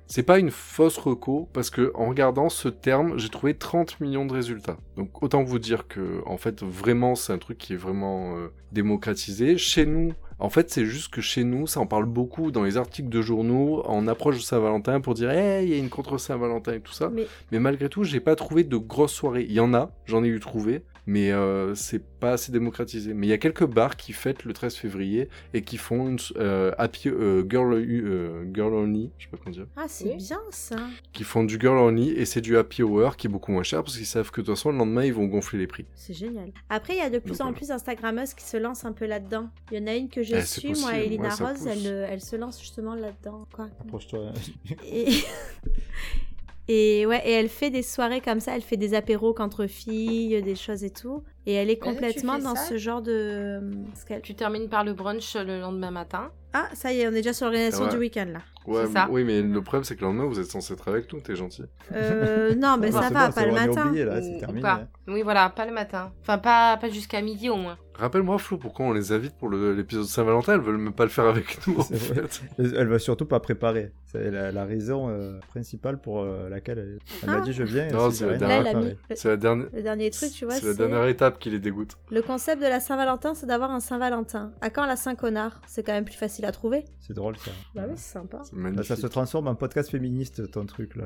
c'est pas une fausse reco parce que en regardant ce terme, j'ai trouvé 30 millions de résultats. Donc autant vous dire que en fait vraiment c'est un truc qui est vraiment euh, démocratisé chez nous. En fait, c'est juste que chez nous, ça en parle beaucoup dans les articles de journaux en approche de Saint-Valentin pour dire "Hey, il y a une contre Saint-Valentin et tout ça." Mais- mais malgré tout, j'ai pas trouvé de grosses soirées. Il y en a, j'en ai eu trouvé, mais euh, c'est pas assez démocratisé. Mais il y a quelques bars qui fêtent le 13 février et qui font une s- euh, happy euh, girl euh, girl only, je sais pas comment dire, Ah, c'est Oui. bien ça. qui font du girl only et c'est du happy hour qui est beaucoup moins cher parce qu'ils savent que de toute façon le lendemain ils vont gonfler les prix. C'est génial. Après, il y a de plus Donc, en voilà. plus Instagrammeuses qui se lancent un peu là-dedans. Il y en a une que j'ai Eh, c'est suivie, moi, possible, Elena ouais, ça Rose, pousse. elle, euh, elle se lance justement là-dedans. Quoi Approche-toi. Ah, et... et ouais, et elle fait des soirées comme ça, elle fait des apéros entre filles, des choses et tout. Et elle est tu complètement fais dans ça ce genre de. ce qu'elle- Tu termines par le brunch le lendemain matin. Ah, ça y est, on est déjà sur l'organisation Ah ouais. du week-end là. Ouais, C'est ça. Mm. oui, mais le problème c'est que le lendemain vous êtes censé être avec nous, t'es gentil. Euh, non, mais Bon, ça Ah, c'est va, bon, pas c'est le bon, on est matin. oublié, là, ou- c'est ou terminé. pas. Oui, voilà, pas le matin. Enfin, pas, pas jusqu'à midi au moins. Rappelle-moi Flo, pourquoi on les invite pour le- l'épisode Saint-Valentin Elles veulent même pas le faire avec nous. En C'est vrai. fait. Elle elle va surtout pas préparer. C'est la, la raison euh, principale pour euh, laquelle elle, elle m'a Ah. dit je viens. Non, ensuite, c'est j'ai la rien Là, elle a préparé. mis. Le, C'est la dernière. le dernier truc, tu vois, C'est la c'est. dernière étape qui les dégoûte. Le concept de la Saint-Valentin, c'est d'avoir un Saint-Valentin. À quand la Saint-Connard C'est quand même plus facile à trouver. C'est drôle ça. Bah oui, c'est sympa. C'est Là, magnifique. ça se transforme en podcast féministe ton truc là.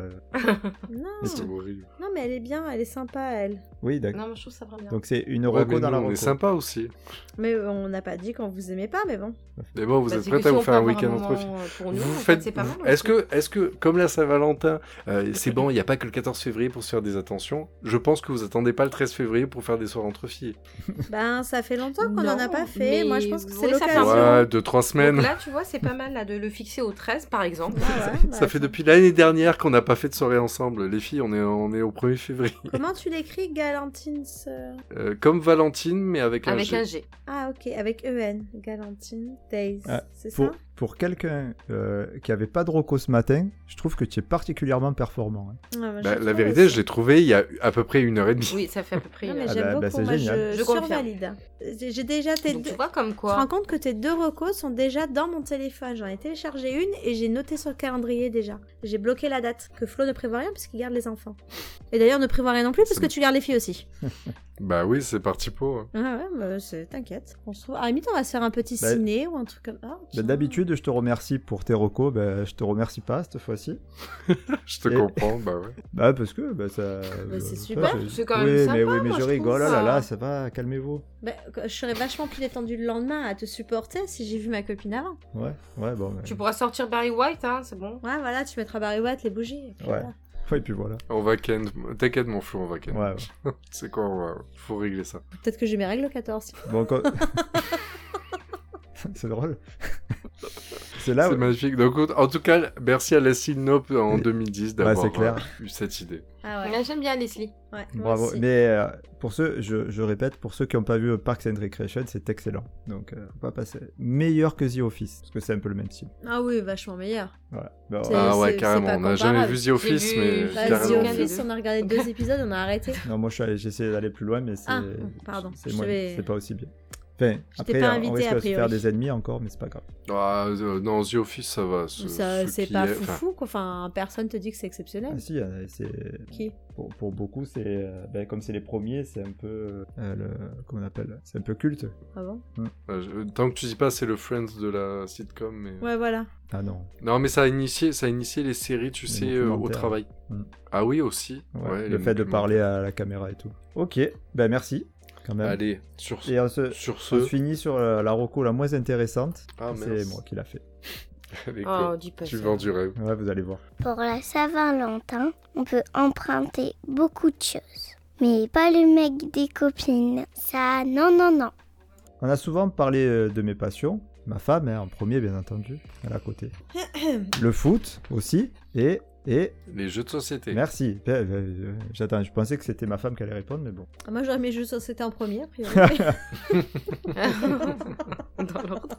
Non, Mais C'est horrible. non, mais elle est bien, elle est sympa, elle. Oui, d'accord. Non, moi je trouve ça vraiment bien. Donc c'est une Ouais, reco mais dans nous, la on reco. est sympa aussi. Mais euh, on n'a pas dit qu'on vous aimait pas, mais bon. Mais bon, vous Bah, êtes c'est prête que à si vous on faire peut un avoir week-end entre moment, filles euh, Pour nous, Vous en fait, faites. c'est pas mal. Est-ce que, est-ce que, comme la Saint-Valentin, euh, c'est bon, il n'y a pas que le 14 février pour se faire des attentions. Je pense que vous attendez pas le 13 février pour faire des soirées entre filles. Ben, ça fait longtemps qu'on Non, en a pas fait. mais Moi, je pense que c'est oui, ça fait un l'occasion. moment. Ouais, deux trois Donc semaines. là, tu vois, c'est pas mal là, de le fixer au 13 par exemple. Ouais, ouais, Ça bah, fait attends. depuis l'année dernière qu'on n'a pas fait de soirée ensemble. Les filles, on est, on est au 1er février. Comment tu l'écris, Galantine ce- Euh, comme Valentine, mais avec un Avec G. un G. Ah, ok, avec EN. Galantine Days. Ah, c'est ça Pour, pour quelqu'un euh, qui avait pas de reco ce matin, je trouve que tu es particulièrement performant. hein. Ouais, moi, Ah, je Bah, trouve la vérité, aussi. je l'ai trouvé il y a à peu près une heure et demie. Oui, ça fait à peu près. euh, Non, une mais heure. Ah j'aime bah, bah, beaucoup. c'est moi, génial. je, Je confirme. survalide. J'ai j'ai déjà tes Donc deux. tu vois comme Je te rends quoi. compte que tes deux recos sont déjà dans mon téléphone. J'en ai téléchargé une et j'ai noté sur le calendrier déjà. J'ai bloqué la date. Que Flo ne prévoit rien parce qu'il garde les enfants. Et d'ailleurs, ne prévoit rien non plus parce C'est que tu gardes les filles aussi. Bah oui, c'est parti pour. hein. Ouais, ouais, bah, c'est- t'inquiète. On se trouve- À la limite, on va se faire un petit Bah- ciné ou un truc comme ça. Bah, D'habitude, je te remercie pour tes recos. Bah, je te remercie pas cette fois-ci. Je te Et- comprends, bah ouais. Bah, parce que bah, ça. Mais c'est ça, super, je- c'est quand même oui, sympa, Mais, oui, mais moi, je je rigole. trouve Oh là là, ça. ça va, calmez-vous. Bah, je serais vachement plus détendue le lendemain à te supporter si j'ai vu ma copine avant. Ouais, ouais, bon. mais- Tu pourras sortir Barry White, hein, c'est bon. Ouais, voilà, tu mettras Barry White, les bougies. et puis Ouais. voilà. Ouais, et puis voilà. On va ken. T'inquiète, mon flou, on va ken. Ouais, ouais. C'est quoi, on va... faut régler ça. Peut-être que j'ai mes règles le 14. Bon, quand- c'est drôle. c'est là c'est où. magnifique. Donc, en tout cas, merci à Leslie Nope en Et- 2010 Bah, d'avoir c'est clair. euh, eu cette idée. Ah ouais. Mais J'aime bien Leslie. ouais moi Bravo. aussi. Mais euh, pour ceux, je, je répète, pour ceux qui n'ont pas vu Parks and Recreation, c'est excellent. Donc, euh, faut pas passer. Meilleur que The Office, parce que c'est un peu le même style. Ah oui, vachement meilleur. Voilà. Bah, C'est- Ah c'est- ouais, c'est carrément. pas On n'a jamais comparable. vu The Office, vu- mais Bah, j'ai Carrément. The carrément. vu. Office, on a regardé deux épisodes, on a arrêté. Non, moi je suis allé- j'ai essayé d'aller plus loin, mais c'est Ah, pardon, c'est je moins- vais- c'est pas aussi bien. Enfin, après, pas euh, invité, a on risque de se faire priori. des ennemis encore, mais c'est pas grave. Ah, euh, non, The Office, ça va. ce- Ça, ce c'est qui pas est- enfin, foufou, quoi. Enfin, personne te dit que c'est Ah exceptionnel. si, euh, c'est Qui pour, pour beaucoup, c'est euh, ben, comme c'est les premiers, c'est un peu euh, le comment on appelle, c'est un peu culte. Ah bon euh, je- Tant que tu dis pas, c'est le Friends de la sitcom. Mais... euh. Ouais, voilà. Ah non. Non, mais ça a initié, ça a initié les séries, tu Les sais, euh, au documentaires. travail. Mm. Ah oui, aussi. Ouais, Ouais, le les fait de documentaires. parler à la caméra et tout. Ok, ben merci quand même. Allez, sur ce. Et euh, on se, Sur on se ce. finit sur euh, la, la reco la moins intéressante. Ah, c'est mince. moi qui l'a fait. Avec Oh, quoi dis pas Tu ça. vends du rêve. Ouais, vous allez voir. Pour la Saint-Valentin, on peut emprunter beaucoup de choses. Mais pas le mec des copines. Ça, non, non, non. On a souvent parlé euh, de mes passions. Ma femme, hein, en premier, bien entendu, elle est à côté. le foot aussi. Et, et Les jeux de société. merci. Ben, ben, euh, J'attends, je pensais que c'était ma femme qui allait répondre, mais bon. Ah, Moi, j'aurais mis juste c'était en premier, a priori. Dans l'ordre.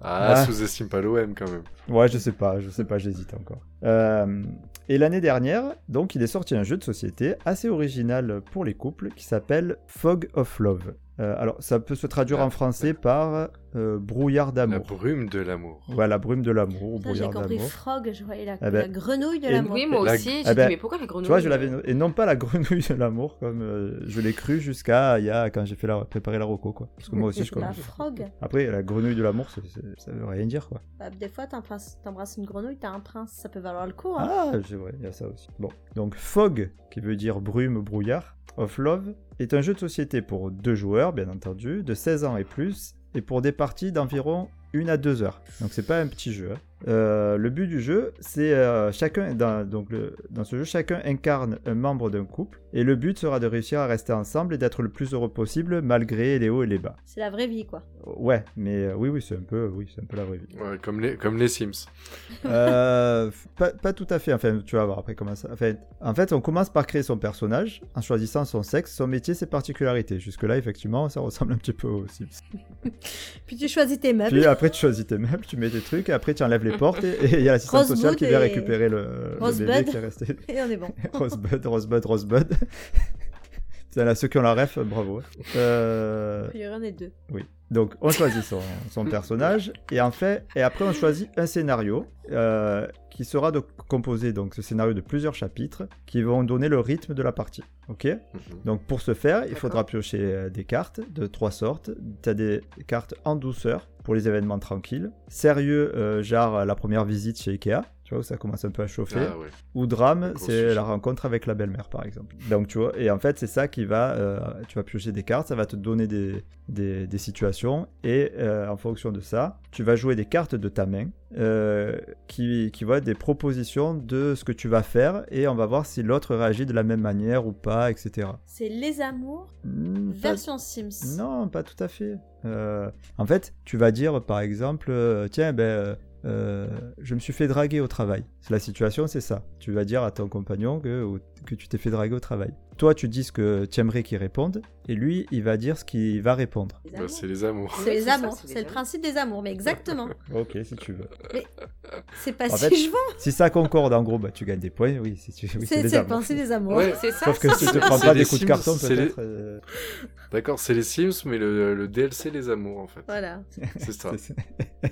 Ah, Ah. sous-estime pas l'OM quand même. Ouais, je sais pas, je sais pas, j'hésite encore. Euh, et l'année dernière, donc, il est sorti un jeu de société assez original pour les couples qui s'appelle Fog of Love. Euh, alors, ça peut se traduire en français par euh, brouillard La d'amour. brume de l'amour. Voilà, brume de Ça, l'amour, j'ai brouillard compris d'amour. frog, je voyais la, Eh ben, la grenouille de et- l'amour. Oui, moi La- aussi. J'ai Ah ben, dit, mais pourquoi la grenouille euh Tu vois, je l'avais et non pas la grenouille de l'amour comme euh, je l'ai cru jusqu'à il y a quand j'ai fait la préparer la roco quoi. Parce que moi aussi je connais. La frog. Après la grenouille de l'amour, c'est- c'est- ça veut rien dire quoi. Bah, des fois, t'embrasses t'embrasses une grenouille, t'as un prince, ça peut valoir le coup. Hein. Ah, c'est vrai, il y a ça aussi. Bon, donc Fog, qui veut dire brume, brouillard, of Love, est un jeu de société pour deux joueurs, bien entendu, de 16 ans et plus, et pour des parties d'environ 1 à 2 heures. Donc c'est pas un petit jeu. hein. Euh, le but du jeu, c'est euh, chacun, dans, donc le- dans ce jeu, chacun incarne un membre d'un couple, et le but sera de réussir à rester ensemble et d'être le plus heureux possible malgré les hauts et les bas. C'est la vraie vie, quoi. Ouais, mais euh, oui, oui, c'est un peu, oui, c'est un peu la vraie vie. Ouais, comme, les, comme les Sims. Euh, pas, pas tout à fait. Enfin, tu vas voir après comment ça. Enfin, en fait, on commence par créer son personnage en choisissant son sexe, son métier, ses particularités. Jusque-là, effectivement, ça ressemble un petit peu au Sims. Puis tu choisis tes meubles. Puis après, tu choisis tes meubles, tu mets tes trucs, et après, tu enlèves les portes et et il y a l'assistante Rosebud sociale qui vient et- récupérer le, le bébé Rosebud. qui est resté. Et on est bon. Rosebud, Rosebud, Rosebud. Putain, là, ceux qui ont la ref, bravo. Euh, A priori, on est deux. oui. Donc on choisit son, son personnage et en fait et après on choisit un scénario euh, qui sera donc composé donc ce scénario de plusieurs chapitres qui vont donner le rythme de la partie. Ok. Mhm. Donc pour ce faire, il D'accord. faudra piocher euh, des cartes de trois sortes. Tu as des cartes en douceur pour les événements tranquilles, sérieux euh, genre euh, la première visite chez Ikea, tu vois où ça commence un peu à chauffer, Ah ouais. ou drame, Gros c'est sujet. la rencontre avec la belle-mère, par exemple. Donc, tu vois, et en fait, c'est ça qui va. euh, tu vas piocher des cartes, ça va te donner des, des, des situations, et euh, en fonction de ça, tu vas jouer des cartes de ta main euh, qui, qui vont être des propositions de ce que tu vas faire, et on va voir si l'autre réagit de la même manière ou pas, etc. C'est les amours Mmh, Hmm, pas- version Sims. non, pas tout à fait. Euh, en fait, tu vas dire par exemple, euh, tiens, ben, euh, euh, je me suis fait draguer au travail. La situation, c'est ça. Tu vas dire à ton compagnon que, ou- que tu t'es fait draguer au travail. Toi, tu dis ce que tu aimerais qu'il réponde, et lui, il va dire ce qu'il va répondre. Les Bah, amours. c'est les amours. C'est les ça, amours, c'est les c'est le amours. principe des amours, mais exactement. Ok, si tu veux. C'est pas En si fait, je vois. Si ça concorde, en gros, bah, tu gagnes des points. Oui, si tu... oui, c'est C'est des c'est le amours. principe des amours. Ouais, C'est ça. Sauf que si tu c'est- te prends c'est pas les des coups Sims, de carton, c'est les- peut-être. euh, D'accord, c'est les Sims, mais le, le DLC les amours en fait. Voilà. C'est ça. c'est- c'est-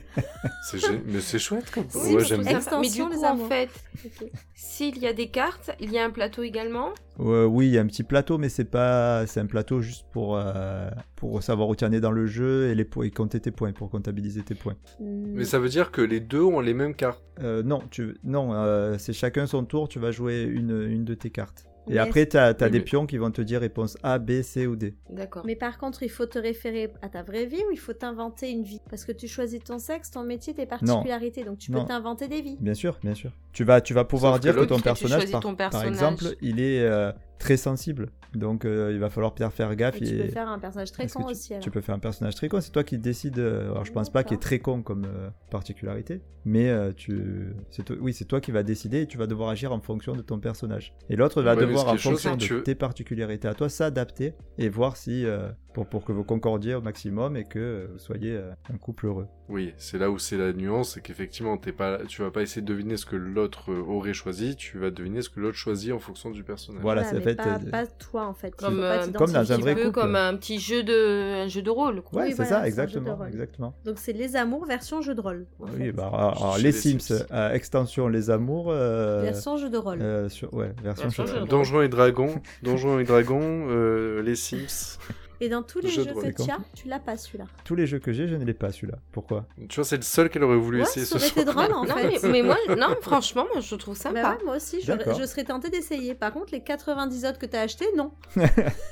C'est gé- Mais c'est chouette comme Oui, Ouais, je j'aime trouve bien. ça- Mais du Extension, coup, les en amours. fait, Ok. s'il y a des cartes, il y a un plateau également. Ouais, Euh, oui, il y a un petit plateau, mais c'est pas, c'est un plateau juste pour euh, pour savoir où tu en es dans le jeu et les points, et compter tes points pour comptabiliser tes points. Mais ça veut dire que les deux ont les mêmes cartes. Euh, non, tu, non, euh, c'est chacun son tour. Tu vas jouer une, une de tes cartes. Et Mais- après, t'as as Oui, des mais- pions qui vont te dire réponse A, B, C ou D. D'accord. Mm. Mais par contre, il faut te référer à ta vraie vie ou il faut t'inventer une vie Parce que tu choisis ton sexe, ton métier, tes particularités, donc tu Non. peux t'inventer des vies. Bien sûr, bien sûr. Tu vas, tu vas pouvoir Sauf que dire que, l'autre, ton, tu personnage, choisis par, ton par personnage. exemple, il est euh, très sensible. Donc, euh, il va falloir bien faire gaffe. Et tu et- peux faire un personnage très Parce que con tu- aussi. alors. Tu peux faire un personnage très con, c'est toi qui décides. euh, Alors je pense pas qu'il est D'accord. très con comme euh, particularité, mais euh, tu, c'est toi- oui, c'est toi qui vas décider et tu vas devoir agir en fonction de ton personnage. Et l'autre va Ouais, mais devoir ce qui en est chaud, fonction c'est de que tu- tes particularités à toi s'adapter et voir si euh, pour pour que vous concordiez au maximum et que euh, vous soyez euh, un couple heureux. Oui, c'est là où c'est la nuance, c'est qu'effectivement, t'es pas, tu vas pas essayer de deviner ce que l'autre euh, aurait choisi, tu vas deviner ce que l'autre choisit en fonction du personnage. Voilà, Voilà, c'est mais fait. pas, euh, pas toi en fait. Il Comme, faut euh, pas comme dans t'identifier. un vrai peu couple. comme un petit jeu de, un jeu de rôle. quoi. Ouais, Oui, c'est voilà, c'est ça, un jeu de exactement, rôle. exactement. Donc c'est les amours version jeu de rôle. en Oui, fait. bah, alors, alors, Chez les les Sims, Sims. euh, extension les amours. euh, Version jeu de rôle. euh, sur, ouais, version Version chaussure. jeu. Donjons et Dragons, Donjons et Dragons, euh, les Sims. Et dans tous les jeu jeux de rôle. que tu as, tu l'as pas celui-là. Tous les jeux que j'ai, je ne l'ai pas celui-là. Pourquoi Tu vois, c'est le seul qu'elle aurait voulu Ouais, essayer ce ça aurait été soir. drôle en Non, fait. mais, mais moi, non, franchement, moi, je trouve Bah sympa. ouais, moi aussi, j'aurais- D'accord. je, serais tentée d'essayer. Par contre, les 90 autres que t'as acheté, non.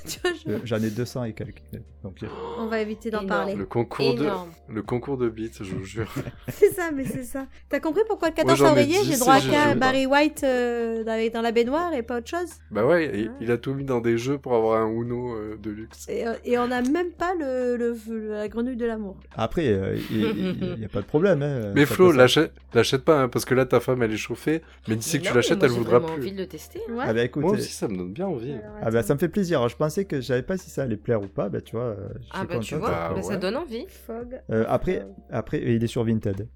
tu vois, je- Euh, J'en ai 200 et quelques. Donc, euh, on va éviter d'en Énorme. parler. Le concours de, Énorme. le concours de beats, je vous jure. C'est ça, mais c'est ça. T'as compris pourquoi le 14 j'en ai février, 10, j'ai droit à c'est qu'à juste. Barry White euh, dans, dans la baignoire et pas autre chose bah ouais, et- il a tout mis dans des jeux pour avoir un Uno euh, de luxe. et, euh, et on a même pas le, le- la grenouille de l'amour. Après, euh, il n'y a pas de problème. hein, Mais ça Flo, peut- l'achète l'achète pas, hein, parce que là, ta femme, elle est chauffée. Mais d'ici que Non, tu mais l'achètes, moi, elle voudra J'ai vraiment envie plus. de le tester. Ouais. Ah bah écoute, Moi euh, aussi, ça me donne bien envie. ah bah, ça me fait plaisir. Alors, Je pensais que je savais pas si ça allait plaire ou pas. Bah tu vois, euh, je suis Ah bah content. tu vois, Bah, bah, ça ouais. donne envie. Fog. Euh, après, après, euh, il est sur Vinted.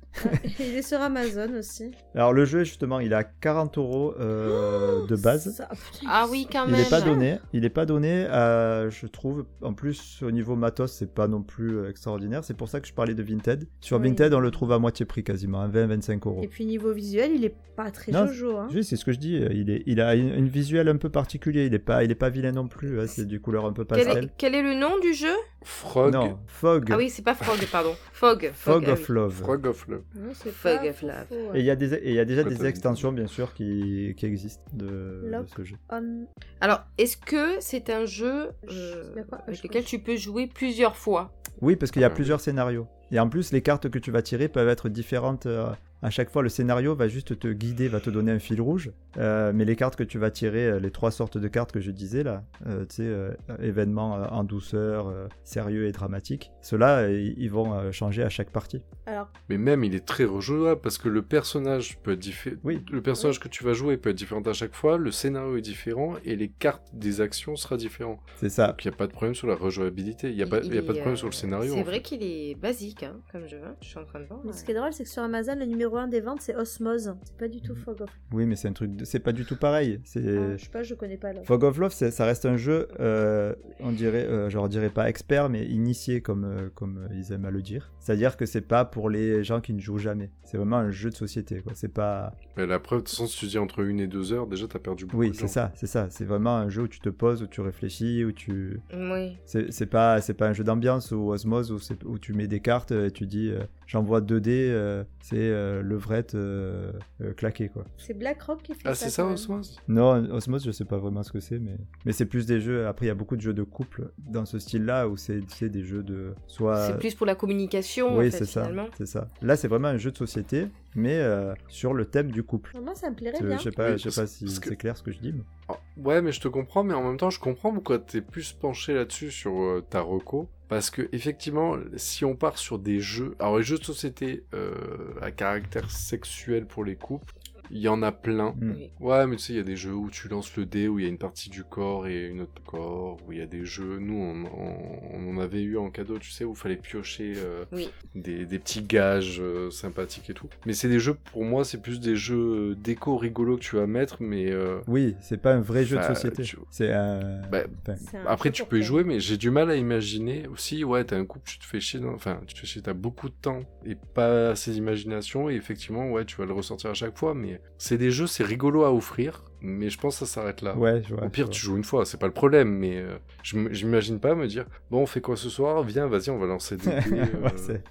Il est sur Amazon aussi. Alors le jeu, justement, il est à 40 euros euh, de base. Oh, Ça- putain, Ah oui, quand Il même. n'est pas donné. Il est pas donné, euh, je trouve, en plus, au niveau matos, c'est pas non plus euh, extraordinaire. C'est pour ça que je parlais de Vinted. Sur Oui. Vinted, on le trouve à moitié prix quasiment, à 20-25 euros. Et puis niveau visuel, il est pas très Non, jojo. Hein. Oui, c'est ce que je dis. euh, Il, est, il a une, une visuelle un peu particulier. Il est pas, il est pas vilain non plus. hein, C'est du couleur un peu Quel pastel. est, quel est le nom du jeu Frog. Non, Fog. Ah oui, c'est pas Frog, pardon. Fog. Fog ah of oui. Love. Frog of Love. Ouais, c'est Fog pas euh, of fou, Love. fou, ouais. Et il y a des, et il y a déjà Quoi, des t'as- extensions, bien sûr, qui, qui existent de, de Lock. ce jeu. On- Alors, est-ce que c'est un jeu euh, Je- d'accord, avec je- lequel tu peux jouer plusieurs fois Oui, parce qu'il y a Ah. plusieurs scénarios. Et en plus, les cartes que tu vas tirer peuvent être différentes. euh, à chaque fois, le scénario va juste te guider, va te donner un fil rouge. Euh, mais les cartes que tu vas tirer, euh, les trois sortes de cartes que je disais là, euh, tu sais, euh, événements euh, en douceur, euh, sérieux et dramatique, ceux-là, euh, ils ils vont euh, changer à chaque partie. Alors, Mais même, il est très rejouable parce que le personnage peut être diffé- Oui. Le personnage que tu vas jouer peut être différent à chaque fois, le scénario est différent et les cartes des actions sera différent. C'est ça. Donc il n'y a pas de problème sur la rejouabilité, il n'y a, pas- il y a est, pas de problème euh, sur le scénario. C'est en vrai fait. qu'il est basique hein, comme jeu. hein, Je suis en train de voir. mais ce qui est drôle, c'est que sur Amazon, le numéro 1 des ventes, c'est Osmose. C'est pas du tout Mhm. Fog of Oui, mais c'est un truc, de- c'est pas du tout pareil. C'est Love. Je sais pas, je connais pas. là. Fog of Love, c'est- ça reste un jeu, euh, on dirait, euh, je leur dirais pas expert, mais initié comme, euh, comme euh, ils aiment à le dire. C'est-à-dire que c'est pas pour les gens qui ne jouent jamais. C'est vraiment un jeu de société, quoi. C'est pas. Mais la preuve, de toute façon, si tu dis entre une et deux heures, déjà, t'as perdu beaucoup Oui, de c'est gens. ça, c'est ça. C'est vraiment un jeu où tu te poses, où tu réfléchis, où tu. Oui. C'est c'est pas, c'est pas un jeu d'ambiance ou osmose où, c'est- où tu mets des cartes et tu dis euh, j'envoie 2D, euh, c'est euh, levrette euh, euh, claquée, quoi. C'est BlackRock qui fait Ah, ça. c'est ça, quand même. Osmose Non, Osmos, je sais pas vraiment ce que c'est, mais, mais c'est plus des jeux. Après, il y a beaucoup de jeux de couple dans ce style-là où c'est tu sais, des jeux de soit. C'est plus pour la communication Euh, oui, en fait, c'est ça, finalement. c'est ça. Là, c'est vraiment un jeu de société, mais euh, sur le thème du couple. Non, Moi, ça me plairait C'est- bien. Je sais pas, Oui, je sais parce- pas si parce que- c'est clair ce que je dis. mais- Ah, Ouais, mais je te comprends, mais en même temps, je comprends pourquoi t'es plus penché là-dessus sur euh, ta reco. Parce que, effectivement, si on part sur des jeux. Alors, les jeux de société euh, à caractère sexuel pour les couples, il y en a plein. Mm. Oui. Ouais, mais tu sais, il y a des jeux où tu lances le dé, où il y a une partie du corps et une autre corps, où il y a des jeux. Nous, on, on- on en avait eu en cadeau, tu sais, où il fallait piocher euh, Oui. des, des petits gages euh, sympathiques et tout. Mais c'est des jeux, pour moi, c'est plus des jeux euh, déco rigolos que tu vas mettre, mais. euh, Oui, c'est pas un vrai jeu de Enfin, société. tu- C'est un. bah, enfin, Mmh, C'est un après, peu tu pour peux y toi. jouer, mais j'ai du mal à imaginer aussi, ouais, t'as un couple, tu te fais chier, dans- enfin, tu te fais chier, t'as beaucoup de temps et pas assez d'imagination, et effectivement, ouais, tu vas le ressortir à chaque fois, mais c'est des jeux, c'est rigolo à offrir, mais je pense que ça s'arrête là. ouais, je vois. Au pire, je tu joues une fois, c'est pas le problème, mais euh, je m- j'imagine pas me dire, bon, on fait quoi ce soir Viens, vas-y, on va lancer des vois. dés. euh. Ouais, c'est-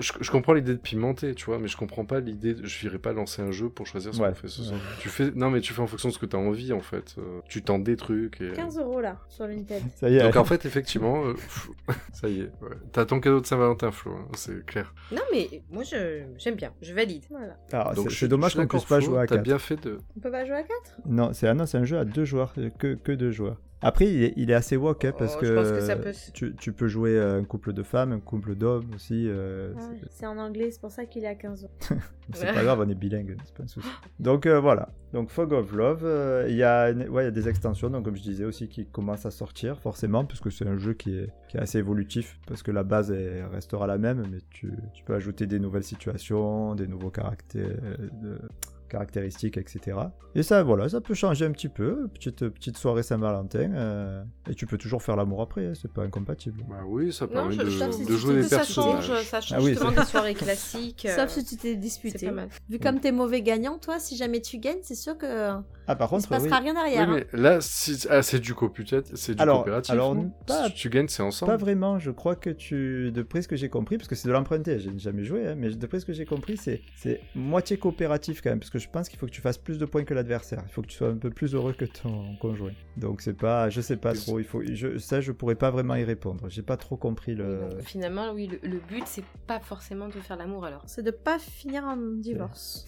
je, je comprends l'idée de pimenter, tu vois, mais je comprends pas l'idée, de... je n'irai pas lancer un jeu pour choisir ce Ouais, qu'on fait ce ouais. soir. Tu fais... Non, mais tu fais en fonction de ce que t'as envie, en fait. euh, tu tentes des trucs. Et... 15 euros là sur le Nintendo. Ça y est. Donc en fait, effectivement, euh, pff, ça y est, ouais. t'as ton cadeau de Saint-Valentin, Flo, hein, c'est clair. Non, mais moi, je- j'aime bien. Je valide. Voilà. Donc Alors, Ah, c'est- je c'est suis- dommage je suis qu'on puisse d'accord, pas Flo, jouer à T'as 4. bien fait de. On peut pas jouer à 4 Non, c'est ah non, c'est un jeu à deux joueurs, euh, que, que deux joueurs. Après, il est, il est assez woke hein, parce Oh, que, je pense que ça peut se- tu, tu peux jouer euh, un couple de femmes, un couple d'hommes aussi. euh, Ah, C'est en anglais, c'est pour ça qu'il est à 15 euros. c'est- C'est pas grave, on est bilingue, c'est pas un souci. Donc euh, voilà. Donc Fog of Love, euh, il y a une- ouais, il y a des extensions, donc comme je disais aussi, qui commencent à sortir forcément, parce que c'est un jeu qui est, qui est assez évolutif, parce que la base elle restera la même, mais tu, tu peux ajouter des nouvelles situations, des nouveaux caractères, euh, de- caractéristiques, etc. Et ça, voilà, ça peut changer un petit peu, petite, petite soirée Saint-Valentin, euh, et tu peux toujours faire l'amour après, hein, c'est pas incompatible. Bah oui, ça Non, permet je, de, je pense que de c'est- jouer que des ça change, personnages. ça change Ah oui, justement ça- des soirées classiques. euh, Sauf si tu t'es c'est disputé. pas mal. Vu comme t'es mauvais gagnant, toi, si jamais tu gagnes, c'est sûr que euh, Ah, par il se contre, oui, passera rien Oui, derrière. hein. mais là, si- ah, c'est du, coopératif, c'est du Alors- coopératif. alors, non pas- Si tu gagnes, c'est ensemble. Pas vraiment, je crois que tu. De près ce que j'ai compris, parce que c'est de l'emprunter, j'ai jamais joué, hein, mais de près ce que j'ai compris, c'est c'est moitié coopératif quand même, parce que je pense qu'il faut que tu fasses plus de points que l'adversaire, il faut que tu sois un peu plus heureux que ton conjoint. Donc c'est pas. Je sais pas Qu'est-ce- trop, il faut, je, ça je pourrais pas vraiment y répondre, j'ai pas trop compris Oui, le. donc, Finalement, oui, le, le but, c'est pas forcément de faire l'amour alors. C'est de pas finir en divorce.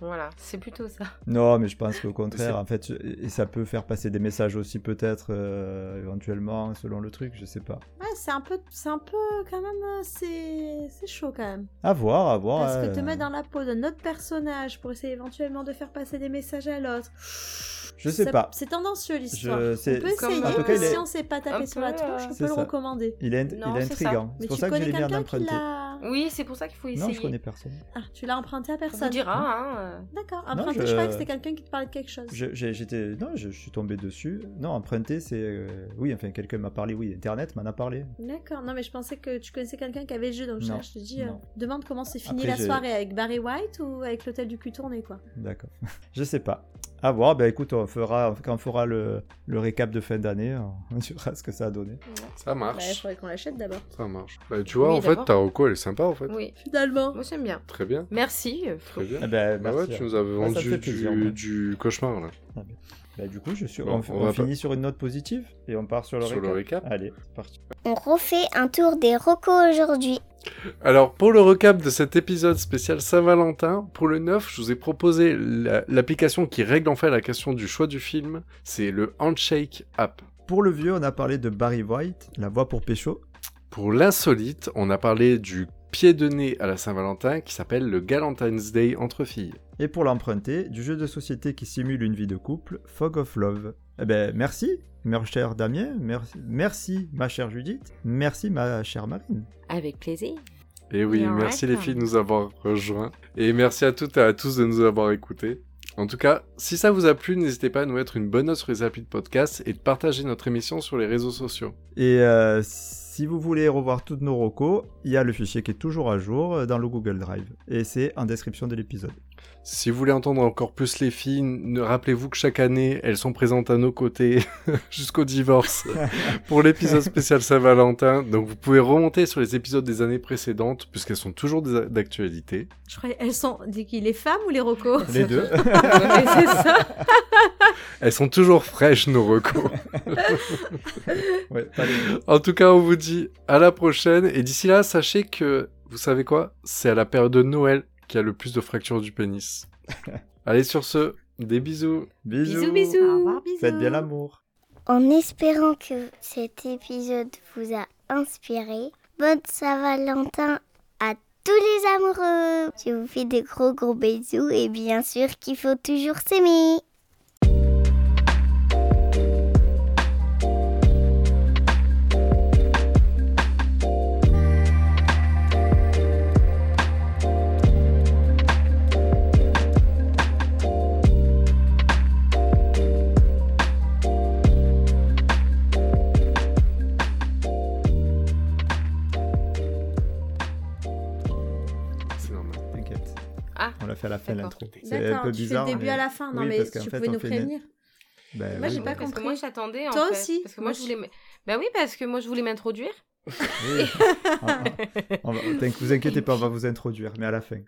Voilà, c'est plutôt ça. Non, mais je pense qu'au contraire, C'est- en fait, je- et ça peut faire passer des messages aussi peut-être, euh, éventuellement, selon le truc, je sais pas. Ouais, c'est un peu, c'est un peu quand même, euh, c'est, c'est chaud quand même. À voir, à voir. Parce que te hein. mettre dans la peau d'un autre personnage pour essayer éventuellement de faire passer des messages à l'autre. Je sais Ça- pas. C'est tendancieux l'histoire. Je, On c'est- peut essayer, En tout cas, mais il est si on s'est pas un tapé sur peu, la tronche, euh, on peut C'est le ça. recommander. Il est, Non, il est c'est ça. intriguant. Mais C'est pour tu ça que je connais l'ai mis en quelqu'un qui emprunté. l'a ça Oui, c'est pour ça qu'il faut essayer. Non, je connais personne. Ah, tu l'as emprunté à On vous personne. dira, hein. D'accord, Non, emprunté, je- je... croyais que c'était quelqu'un qui te parlait de quelque chose. Je- j'ai- J'étais non, je, je suis tombé dessus. Non, emprunter, c'est euh, oui, enfin quelqu'un m'a parlé, oui, Internet m'en a parlé. D'accord, non mais je pensais que tu connaissais quelqu'un qui avait le jeu, donc je, Non, je te dis, euh, non. demande comment s'est finie Après, la j'ai- soirée, avec Barry White ou avec l'hôtel du cul tourné quoi. D'accord. je sais pas. À voir. Ben écoute, on fera quand on fera le, le récap de fin d'année, on verra ce que ça a donné. Ça Bah, marche. il faudrait qu'on l'achète d'abord. Ça marche. Bah, tu vois, Oui, en fait, d'abord. ta reco, elle est sympa, en fait. Oui, Finalement. moi j'aime bien. Très bien. Merci, euh, Flo. Très bien. Eh ben, Bah merci. ouais, tu nous avais Ouais, ça vendu fait plaisir, du, moi. du cauchemar, là. Ben, du coup, je suis. Bon, on, on on va finit sur une note positive et on part sur le Sur récap. le récap. Allez, c'est parti. On refait un tour des rocos aujourd'hui. Alors, pour le recap de cet épisode spécial Saint-Valentin, pour le 9, je vous ai proposé la- l'application qui règle enfin la question du choix du film. C'est le Handshake App. Pour le vieux, on a parlé de Barry White, la voix pour Pécho. Pour l'insolite, on a parlé du pied de nez à la Saint-Valentin qui s'appelle le Galentine's Day entre filles. Et pour l'emprunter, du jeu de société qui simule une vie de couple, Fog of Love. Eh ben, merci, mon cher Damien, merci, merci, ma chère Judith, merci, ma chère Marine. Avec plaisir. Et Eh oui, You're merci les welcome. filles de nous avoir rejoints. Et merci à toutes et à tous de nous avoir écoutés. En tout cas, si ça vous a plu, n'hésitez pas à nous mettre une bonne note sur les applis de podcast et de partager notre émission sur les réseaux sociaux. Et euh, si vous voulez revoir toutes nos recos, il y a le fichier qui est toujours à jour euh, dans le Google Drive. Et c'est en description de l'épisode. Si vous voulez entendre encore plus les filles, ne- rappelez-vous que chaque année, elles sont présentes à nos côtés jusqu'au divorce pour l'épisode spécial Saint-Valentin. Donc vous pouvez remonter sur les épisodes des années précédentes puisqu'elles sont toujours des- d'actualité. Je croyais, elles sont dit qu'il les femmes ou les rocos Les deux. Ouais, c'est ça. Elles sont toujours fraîches nos recos. Ouais, pas les deux. En tout cas, on vous dit à la prochaine. Et d'ici là, sachez que, vous savez quoi C'est à la période de Noël qu'il y a le plus de fractures du pénis. Allez, sur ce, des bisous. Bisous, Au bisous. revoir, bisous. Faites bien l'amour. En espérant que cet épisode vous a inspiré, bonne Saint-Valentin à tous les amoureux. Je vous fais de gros gros bisous et bien sûr qu'il faut toujours s'aimer. C'est normal. T'inquiète. Ah, on l'a fait à la fin d'accord. l'intro. C'est un D'accord, peu tu bizarre. fais le début mais- à la fin. Non Oui, mais parce qu'en tu fait, pouvais on nous fait une- prévenir. Ben Moi, oui, j'ai pas ben- Parce que compris. moi j'attendais en Toi fait. aussi. Parce que moi Moi je voulais. m- Bah oui, parce que moi je voulais m'introduire. Oui. Ah, ah. On va- t'inquiète- vous inquiétez pas, on va vous introduire, mais à la fin.